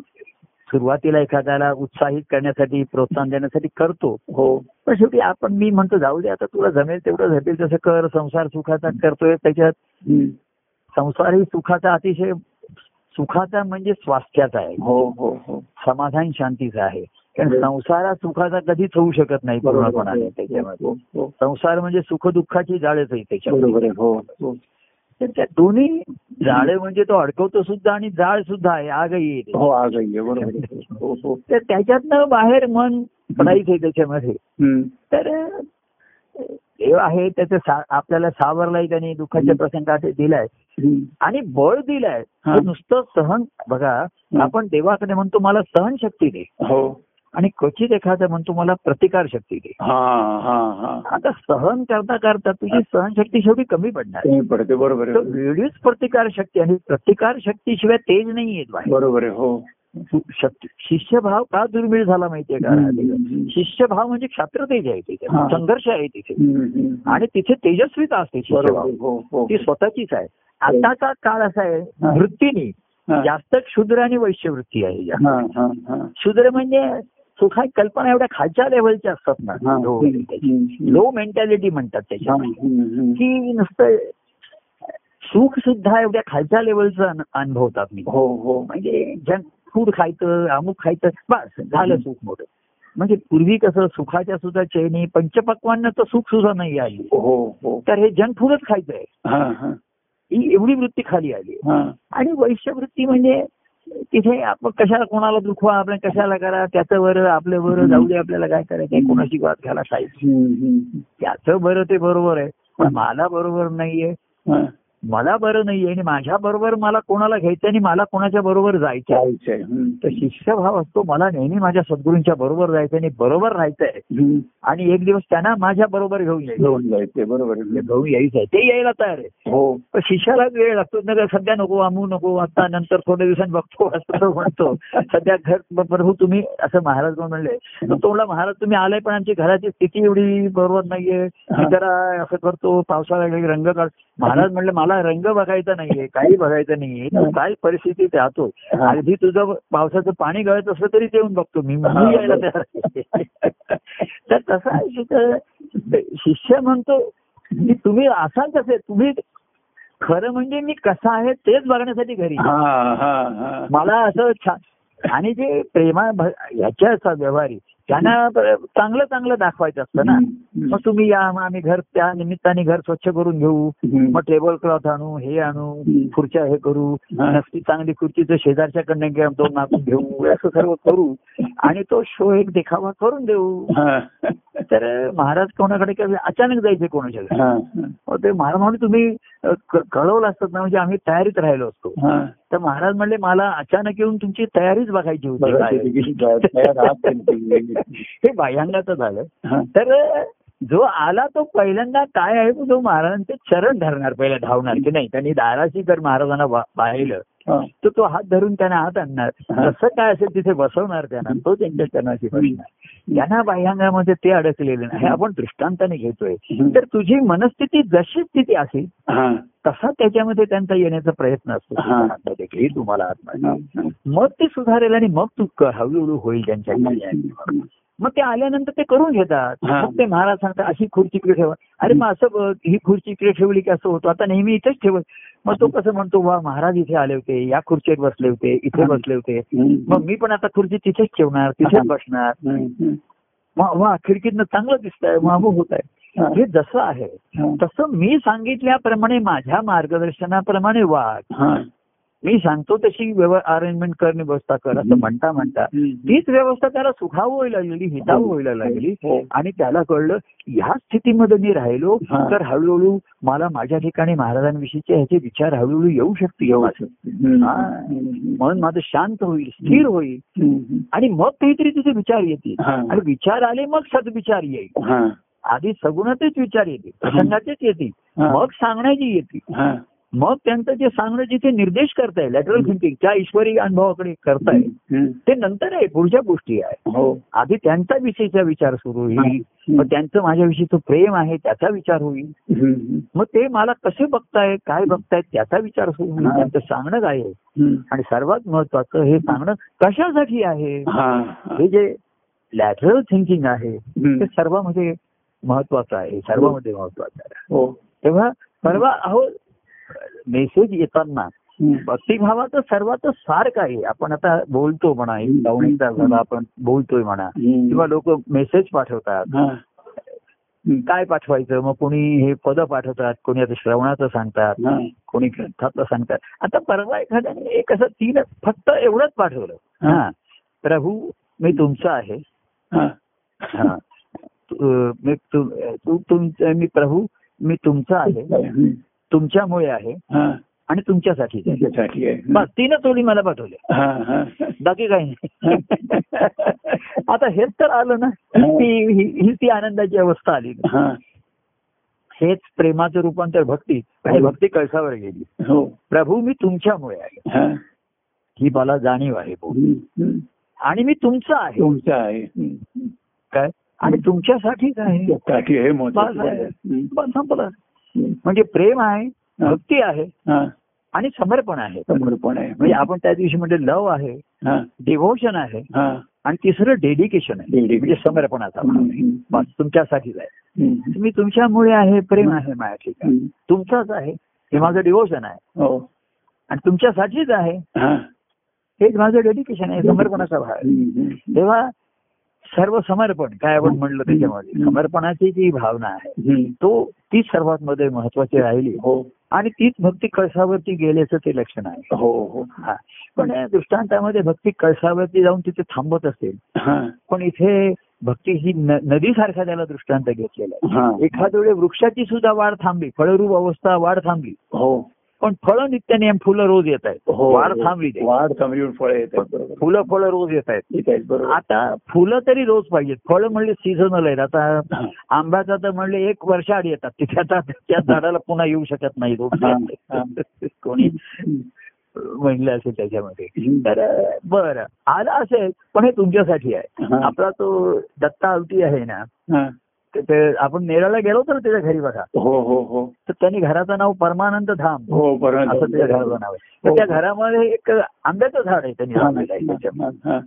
सुरुवातीला एखाद्याला उत्साहित करण्यासाठी प्रोत्साहन देण्यासाठी करतो हो पण शेवटी आपण मी म्हणतो जाऊ दे आता तुला जमेल तेवढं झपेल तसं कर संसार सुखाचा करतोय त्याच्यात हम्म. संसार ही सुखाचा अतिशय सुखाचा म्हणजे स्वास्थ्याचा आहे हो हो हो समाधान शांतीचा आहे कारण संसार हा सुखाचा कधीच होऊ शकत नाही पूर्णपणाने त्याच्यामध्ये हो, हो. संसार म्हणजे सुख दुःखाची जाळच आहे त्याच्यामध्ये बरोबर आहे हो हो तर त्या दोन्ही जाळे म्हणजे तो अडकवतो सुद्धा आणि जाळ सुद्धा आहे आगही येते हो आग आहे बरोबर आहे. हो हो तर त्याच्यातनं बाहेर मन पडायचंय त्याच्यामध्ये हम्म. तर अ, देव आहे त्याचं सा- आपल्याला सावरलाय त्याने दुःखाच्या प्रसंगात दिलाय हम्म. आणि बळ दिलाय हा. तर नुसतं सहन बघा आपण देवाकडे म्हणतो मला सहन शक्ती दे हो आणि क्वचित एखादा म्हणतो मला प्रतिकार शक्ती दे हा हा हा आता सहन करता करता तुझी सहनशक्ती शेवटी कमी पडणार कमी पडते बरोबर तर आहे वेगळीच प्रतिकार शक्ती आणि प्रतिकार शक्तीशिवाय तेज नाही येत बाहेर बरोबर आहे हो शक्ती- शिष्यभाव का दुर्मिळ झाला माहितीये का हम्म. शिष्यभाव म्हणजे क्षात्र तेज आहे तिथे हा. संघर्ष आहे तिथे हम्म, हम्म. आणि तिथे तेजस्वीता असते बरोबर शिष्यभाव आहे. हो हो ती स्वतःचीच आहे आताचा काळ असा हा. आहे वृत्तीने हा. जास्त क्षुद्र आणि वैश्यवृत्ती आहे जास्त. हा, हा, हा. क्षुद्र म्हणजे सुखा कल्पना एवढ्या खालच्या लेवलच्या असतात ना हा. लो मेंटॅलिटी म्हणतात हा, त्याच्या हम्म, हम्म. की नुसतं सुख सुद्धा एवढ्या खालच्या लेवलचं अन- अनुभवतात मी हो हो म्हणजे जंक फूड खायचं अमुक खायचं बस झालं सुख मोठं म्हणजे पूर्वी कसं सुखाच्या सुद्धा चैनी पंचपक्वांनाचं सुख सुद्धा नाही आली हो हो तर हे जंक फूडच खायचं आहे हा, हा, ही एवढी वृत्ती खाली आली हा. आणि वैश्यवृत्ती म्हणजे तिथे आपण कशाला कोणाला दुखवा आपण कशाला करा त्याचं बरं आपलं बरं जाऊ दे आपल्याला काय करायचं कोणाशी वाद घाला काय हम्म, हम्म. त्याचं बरं ते बरोबर आहे पण मला बरोबर नाहीये हा. मला बरं नाहीये आणि माझ्या बरोबर मला कोणाला घ्यायचं आणि मला कोणाच्या बरोबर जायचं आहे. चालतंय. हम्म. तर शिष्यभाव असतो मला नेहमी माझ्या सद्गुरूंच्या बरोबर जायचं आणि बरोबर राहायचंय हम्म. आणि एक दिवस त्यांना माझ्या बरोबर घेऊन यायचं म्हणजे घेऊन जायचंय बरोबर आहे. घेऊन यायचंय ते यायला तयार आहे हो पण शिष्यालाच वेळ लागतो नका सध्या नको अमू नको आता नंतर थोड्या दिवसांनी बघतो असं तो म्हणतो सध्या घर प- प्रभू तुम्ही असं महाराज पण म्हणले तर तोला महाराज तुम्ही आलाय पण आमची घराची स्थिती एवढी बरोबर नाहीये मी जरा असं करतो पावसाळा घरी रंग काढ महाराज म्हणले मला रंग बघायचा नाहीये काही बघायचं नाहीये तू काय परिस्थितीत राहतो अगदी तुझं पावसाचं पाणी गळत असलं तरी येऊन बघतो मी मी यायला तयार आहे. [LAUGHS] तर तसं आहे की तर शिष्य म्हणतो की तुम्ही असाल कसे तुम्ही खरं म्हणजे मी कसा आहे तेच बघण्यासाठी घरी हा हा हा मला असं छान आणि जे प्रेमा भ- ह्याच्या असतात व्यवहारी त्यांना ब- चांगलं चांगलं दाखवायचं असतं ना हम्म. मग तुम्ही या मग आम्ही घर त्या निमित्ताने घर स्वच्छ करून घेऊ हम्म. मग टेबल क्लॉथ आणू हे आणू हम्म. खुर्च्या हे करू हा. नसती चांगली खुर्ची तर शेजारच्याकडनं घ्या, दोन आपण घेऊ असं सर्व करू आणि तो शो एक देखावा करून देऊ हा. तर महाराज कोणाकडे काही अचानक जायचे कोणाच्या घरी हा. मग ते महाराज म्हणून तुम्ही अ, क- कळवलं असतात ना म्हणजे आम्ही तयारीत राहिलो असतो हा. तर महाराज म्हणले मला अचानक येऊन तुमची तयारीच बघायची होती बघा, काय ते किती तयार आहात तुम्ही. हे बाह्यांगाचं झालं हा. तर जो आला तो पहिल्यांदा काय आहे तो महाराजांचे चरण धरणार पहिला धावणार की नाही त्यांनी दाराशी जर महाराजांना वा- पाहिलं हा. तर तो हात धरून त्यांना हात आणणार हा. तसं काय असेल तिथे बसवणार त्यांना तो त्यांच्या चरणाशी बसणार यांना बाह्यांगामध्ये ते अडकलेले नाही हे आपण दृष्टांताने घेतोय तर तुझी मनस्थिती जशी स्थिती असेल हा. तसा त्याच्यामध्ये त्यांचा येण्याचा प्रयत्न असतो हा. आतमध्ये की तुम्हाला आतमध्ये हा. हा. मग ते सुधारेल आणि मग तू क- हळूहळू होईल त्यांच्या मग ते आल्यानंतर ते करून घेतात हा. मग ते महाराज सांगतात अशी खुर्ची इकडे ठेवा अरे मग असं बघ, ही खुर्ची इकडे ठेवली की असं होतं आता नेहमी इथेच ठेवत मग तो कसं म्हणतो वा महाराज इथे आले होते या खुर्चीवर बसले होते इथे हा. बसले होते हम्म. मग मी पण आता खुर्ची तिथेच ठेवणार तिथेच बसणार हम्म. मग वा खिडकीतनं चांगलं दिसतंय मग होत आहे हा. हे जसं आहे हा. तसं मी सांगितल्याप्रमाणे माझ्या मार्गदर्शनाप्रमाणे वाग हा. मी सांगतो तशी अरेंजमेंट करणे व्यवस्था कर असं म्हणता म्हणता हम्म. तीच व्यवस्था त्याला सुखावू व्हायला लागली हितावू व्हायला लागली हो. आणि त्याला कळलं ह्या स्थितीमध्ये मी राहिलो हा. तर हळूहळू मला माझ्या ठिकाणी महाराजांविषयीचे ह्याचे विचार हळूहळू येऊ शकते येऊ असं हम्म. हा. हम्म. मन माझं शांत होईल स्थिर होईल हम्म. आणि मग काहीतरी तिथे विचार येतील हा. आणि विचार आले मग सद्विचार येईल हा. आधी सगुणाचेच विचार येतील प्रसंगाचेच येतील हा. मग सांगण्याची येतील हा. मग त्यांचं जे सांगणं जिथे निर्देश करताय लॅटरल थिंकिंग त्या ईश्वरी अनुभवाकडे करताय ते नंतर आहे पुढच्या गोष्टी आहे हो आधी त्यांचा विषयीचा विचार सुरू होईल मग त्यांचं माझ्याविषयीचं प्रेम आहे त्याचा विचार होईल मग ते मला कसे बघतायत काय बघतायत त्याचा विचार सुरू होईल हा. त्यांचं सांगणं काय आहे आणि सर्वात महत्वाचं हे सांगणं कशासाठी आहे हे जे लॅटरल थिंकिंग आहे ते सर्वांमध्ये महत्वाचं आहे सर्वांमध्ये महत्वाचं आहे हो तेव्हा परवा अहो मेसेज येताना भक्तिभावाचं सर्वात सार काय आहे? आपण आता बोलतो म्हणा एक लावणीचा झाला आपण बोलतोय म्हणा किंवा लोक मेसेज पाठवतात काय पाठवायचं मग कोणी हे पदं पाठवतात कोणी आता श्रवणाचं सांगतात कोणी ग्रंथातलं सांगतात आता परवा एखाद्याने एक असं तीन फक्त एवढंच पाठवलं हा. हा प्रभू मी तुमचा आहे हा. तु- मी तु- तु- तुमचं- मी प्रभू मी तुमचा आहे तुमच्यामुळे आहे आणि तुमच्यासाठीच आहे त्याच्यासाठी बस तीनच ओळी मला पाठवल्या बाकी काही नाही आता हेच तर आलं ना ती ही ही ती आनंदाची अवस्था आली हेच प्रेमाचं रूपांतर भक्ती आणि भक्ती कळसावर गेली हो प्रभू मी तुमच्यामुळे आहे हा. ही मला जाणीव आहे प्रभू. हम्म, हम्म. आणि मी तुमचा आहे तुमचं आहे हम्म. काय आणि तुमच्यासाठीच आहे त्यासाठी हे बस महत्वाचं आहे. आहे हम्म. बस संपलं हम्म. म्हणजे प्रेम आहे हा. भक्ती आहे हा. आणि समर्पण आहे समर्पण आहे म्हणजे आपण त्या दिवशी म्हणजे लव आहे हा. डिव्होशन आहे हा. आणि तिसरं डेडिकेशन आहे Dedication. म्हणजे समर्पणाचा भाव आहे. हम्म. बस तुमच्यासाठीच आहे हम्म. मी तुमच्यामुळे आहे प्रेम आहे माझ्या ठिकाणी हम्म. तुमचाच आहे हे माझं डिव्होशन आहे हो आणि तुमच्यासाठीच आहे हा. हेच माझं डेडिकेशन आहे समर्पणाचा भाव आहे हम्म. तेव्हा सर्व समर्पण काय आपण म्हणलं त्याच्यामध्ये समर्पणाची जी भावना आहे हम्म. तो तीच सर्वात मध्ये महत्वाची राहिली हो आणि तीच भक्ती कळसावरती गेल्याचं ते लक्षण आहे हो हो हा. पण या दृष्टांतामध्ये भक्ती कळसावरती जाऊन तिथे थांबत असेल हा. पण इथे भक्ती ही न- नदीसारखा त्याला दृष्टांत घेतलेला आहे हा. एखाद्या वेळे वृक्षाची सुद्धा वाढ थांबली फळरूप अवस्था वाढ थांबली हो पण फळं नित्य नियम फुलं रोज येत आहेत हो वाढ थांबली नाही. वाढ थांबली पण फळं येत आहेत बरोबर फुलं फळं रोज येत आहेत येत आहेत बरोबर आता फुलं तरी रोज पाहिजेत फळं म्हणले सीझनल आहेत आता हा. आंब्याचा तर म्हणले एक वर्ष आड येतात तिथे आता त्या झाडाला पुन्हा येऊ शकत नाही हा. रोग कोणी म्हणलं असेल त्याच्यामध्ये हम्म. तर बरं आलं असेल पण हे तुमच्यासाठी आहे हा. आपला तो दत्ता आवटी आहे ना हा. तर ते- आपण नेराला गेलो तर त्याच्या घरी बघा हो हो हो तर त्यांनी घराचं नाव परमानंद धाम हो बरोबर असं त्याच्या घराचं नाव आहे तर त्या घरामध्ये एक आंब्याचं झाड आहे त्यांनी लावलेलं आहे त्याच्यामध्ये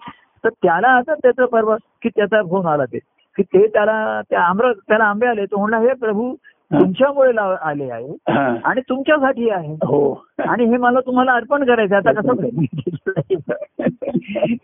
तर त्याला आता त्याचा परवा की त्याचा फोन आला ते की ते त्याला त्या आम्र त्याला आंबे आले तो म्हणला हे प्रभू तुमच्यामुळे लाव- आले आहे आणि तुमच्यासाठी आहे हो आणि हे मला तुम्हाला अर्पण करायचं आहे. आता कसं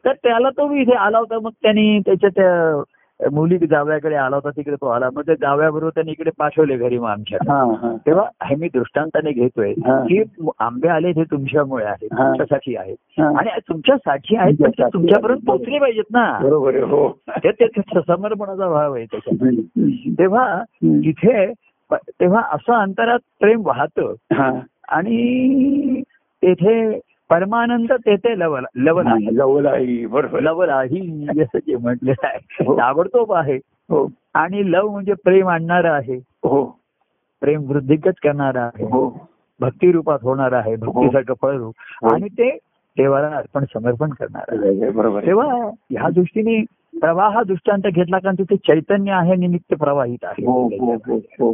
तर त्याला तो मी इथे आला होता मग त्यांनी त्याच्या त्या मुली जावयाकडे आला होता तिकडे तो आला मग त्या जावयाबरोबर त्यांनी इकडे पाठवले घरी मग आमच्या हा, हा. तेव्हा हे मी दृष्टांताने घेतोय हा. की आंबे आले हे तुमच्यामुळे आहेत हा. तुमच्यासाठी आहेत हा. आणि तुमच्यासाठी आहेत पण ते तुमच्यापर्यंत पोहोचले पाहिजेत ना बरोबर आहे हो ते ते ते समर्पणाचा भाव आहे त्याच्यात हम्म. तेव्हा तिथे प- तेव्हा असं अंतरात प्रेम वाहतं हा. आणि तेथे परमानंद तेथे लवल लवल आहे लवलाई बरोबर लवल आहे असं जे म्हटलेलं आहे ताबडतोब आहे हो आणि लव म्हणजे प्रेम आणणारा आहे हो प्रेम वृद्धिगत करणारा आहे हो भक्ती रूपात होणार आहे भक्तीसारखं फळरूप हो. आणि ते देवाला अर्पण समर्पण करणार आहे बरोबर आहे. तेव्हा ह्या दृष्टीने प्रवाह हा दृष्टांत घेतला कारण तिथे चैतन्य आहे आणि नित्य प्रवाहित हो हो आहे हो हो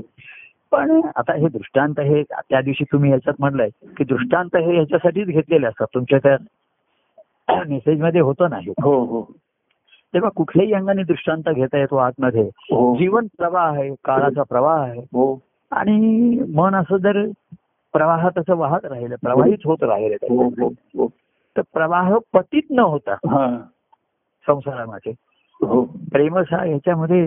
पण आता हे दृष्टांत हे त्या दिवशी तुम्ही ह्याच्यात म्हणलंय की दृष्टांत हे ह्याच्यासाठीच घेतलेले असतात तुमच्या त्या मेसेजमध्ये होतं नाही हो हो तेव्हा कुठल्याही अंगाने दृष्टांत घेता येतो आतमध्ये हो जीवन प्रवाह आहे काळाचा प्रवाह आहे हो आणि मन असं जर प्रवाहात असं वाहत राहिलं प्रवाहित होत हो राहिलं हो हो तर प्रवाह पतित न होता हा संसारामध्ये हो प्रेम सा- ह्याच्यामध्ये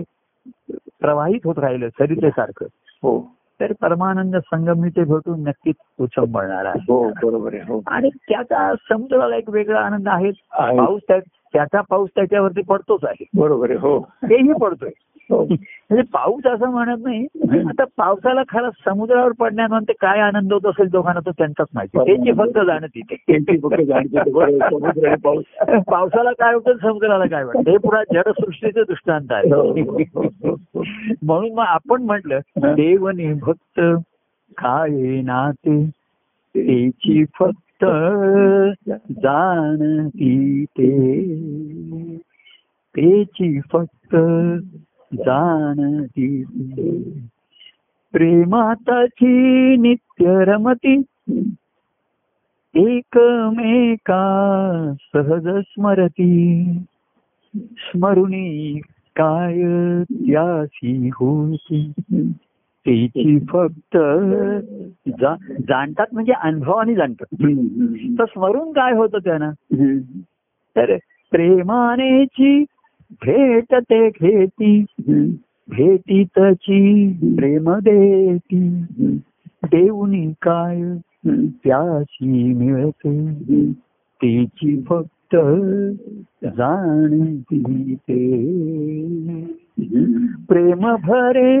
प्रवाहित होत राहिलं सरितेसारखं हो तर परमानंद संगम ते भेटून नक्कीच उचंबळणार आहे हो बरोबर आहे हो आणि त्याचा समुद्राला एक वेगळा आनंद आहे आहे. पाऊस त्या- त्याचा पाऊस त्याच्यावरती पडतोच आहे बरोबर आहे हो [LAUGHS] तेही पडतोय हो म्हणजे पाऊस असं म्हणत नाही आता पावसाला खरा समुद्रावर पडण्यामध्ये काय आनंद होत असेल दोघांना तो त्यांचाच माहिती त्यांची फक्त जाणं तिथे त्यांची फक्त जाणते बरोबर आहे. समुद्र आणि पाऊस पावसाला काय होतं समुद्राला काय वाटतं हे पुन्हा जडसृष्टीचं दृष्टांत आहे हो, हो, हो, हो. म्हणून मग आपण म्हटलं देव निभक्त काय नाते तिची फक्त जाणती ते तेची फक्त जाणती ते प्रेमाताची नित्य रमती एकमेका सहज स्मरती स्मरुणी काय त्यासी होती तेची फक्त जा- जाणतात म्हणजे अनुभवाने जाणतात तर स्मरून काय होतं त्यांना तर प्रेमानेची भेट ते घेती भेटी तची प्रेम देती देऊनी काय त्याशी मिळते तिची फक्त जाणती ते प्रेम भरे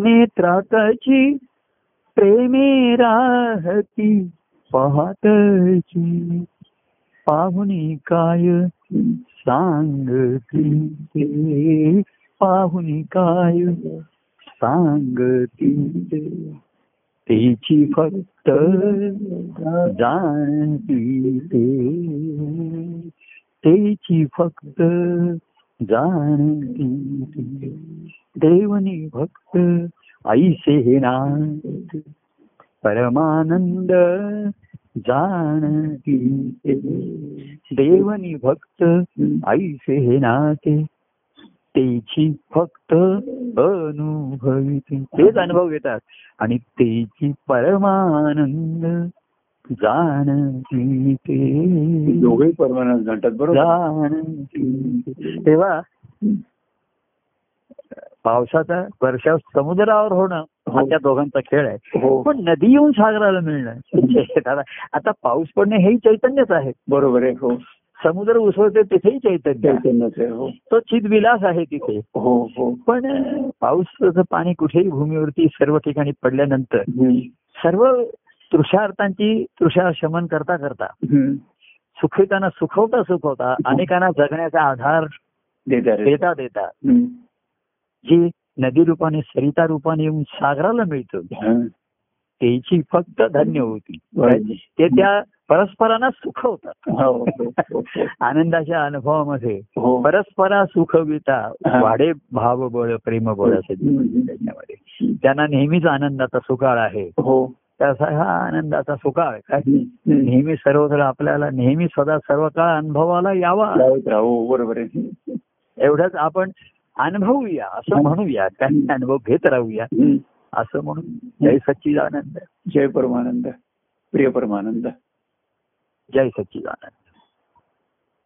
नेत्रातची प्रेमे राहती पाहतची पाहुणी काय सांगती ते पाहुणी काय सांगती ते तिची फक्त जाणती ते तेची फक्त जाणती ते. देवनी भक्त ऐसे हे ना परमानंद जाणती ते. देवनी भक्त ऐसे हे नाते तेची फक्त अनुभविती तेच अनुभव घेतात आणि तेची परमानंद जाणती ते दोघे परमानंद जाणतात बरोबर जाणती. तेव्हा पावसाचा वर्षाव समुद्रावर होणं हा हो. त्या दोघांचा खेळ आहे हो पण नदी येऊन सागराला मिळणं दादा आता पाऊस पडणे हेही चैतन्यच आहे बरोबर आहे हो समुद्र उसळते तिथेही चैतन्य आहे. चैतन्यच आहे हो तो चिदविलास आहे तिथे हो हो पण पावसाचं पाणी कुठेही भूमीवरती सर्व ठिकाणी पडल्यानंतर हम्म. सर्व तृषार्थांची तृषा शमन करता करता हम्म. सुखितांना सुखवता सुखवता अनेकांना जगण्याचा आधार देतात रे. देता देता हम्म. जी नदी रूपाने सरिता रूपाने येऊन सागराला मिळतो हा. त्याची फक्त धन्य होती बरोबर. ते त्या परस्परांना सुखवतात हो, हो, हो, हो. आनंदाच्या अनुभवामध्ये हो. परस्परा सुखविता हा. वाढे भाव बळ प्रेम बळ असे हम्म, हम्म. त्याच्यामध्ये त्यांना नेहमीच आनंदाचा सुकाळ आहे हो तसा हा आनंदाचा सुकाळ काय हम्म. हम्म. नेहमी सर्वत्र आपल्याला नेहमी सदा सर्व काळ अनुभवाला यावा लावत राहा. हो बरोबर आहे एवढाच आपण अनुभवूया असं म्हणूया काही अनुभव घेत राहूया हम्म. असं म्हणून जय सच्चिदानंद जय परमानंद प्रिय परमानंद जय सच्चिदानंद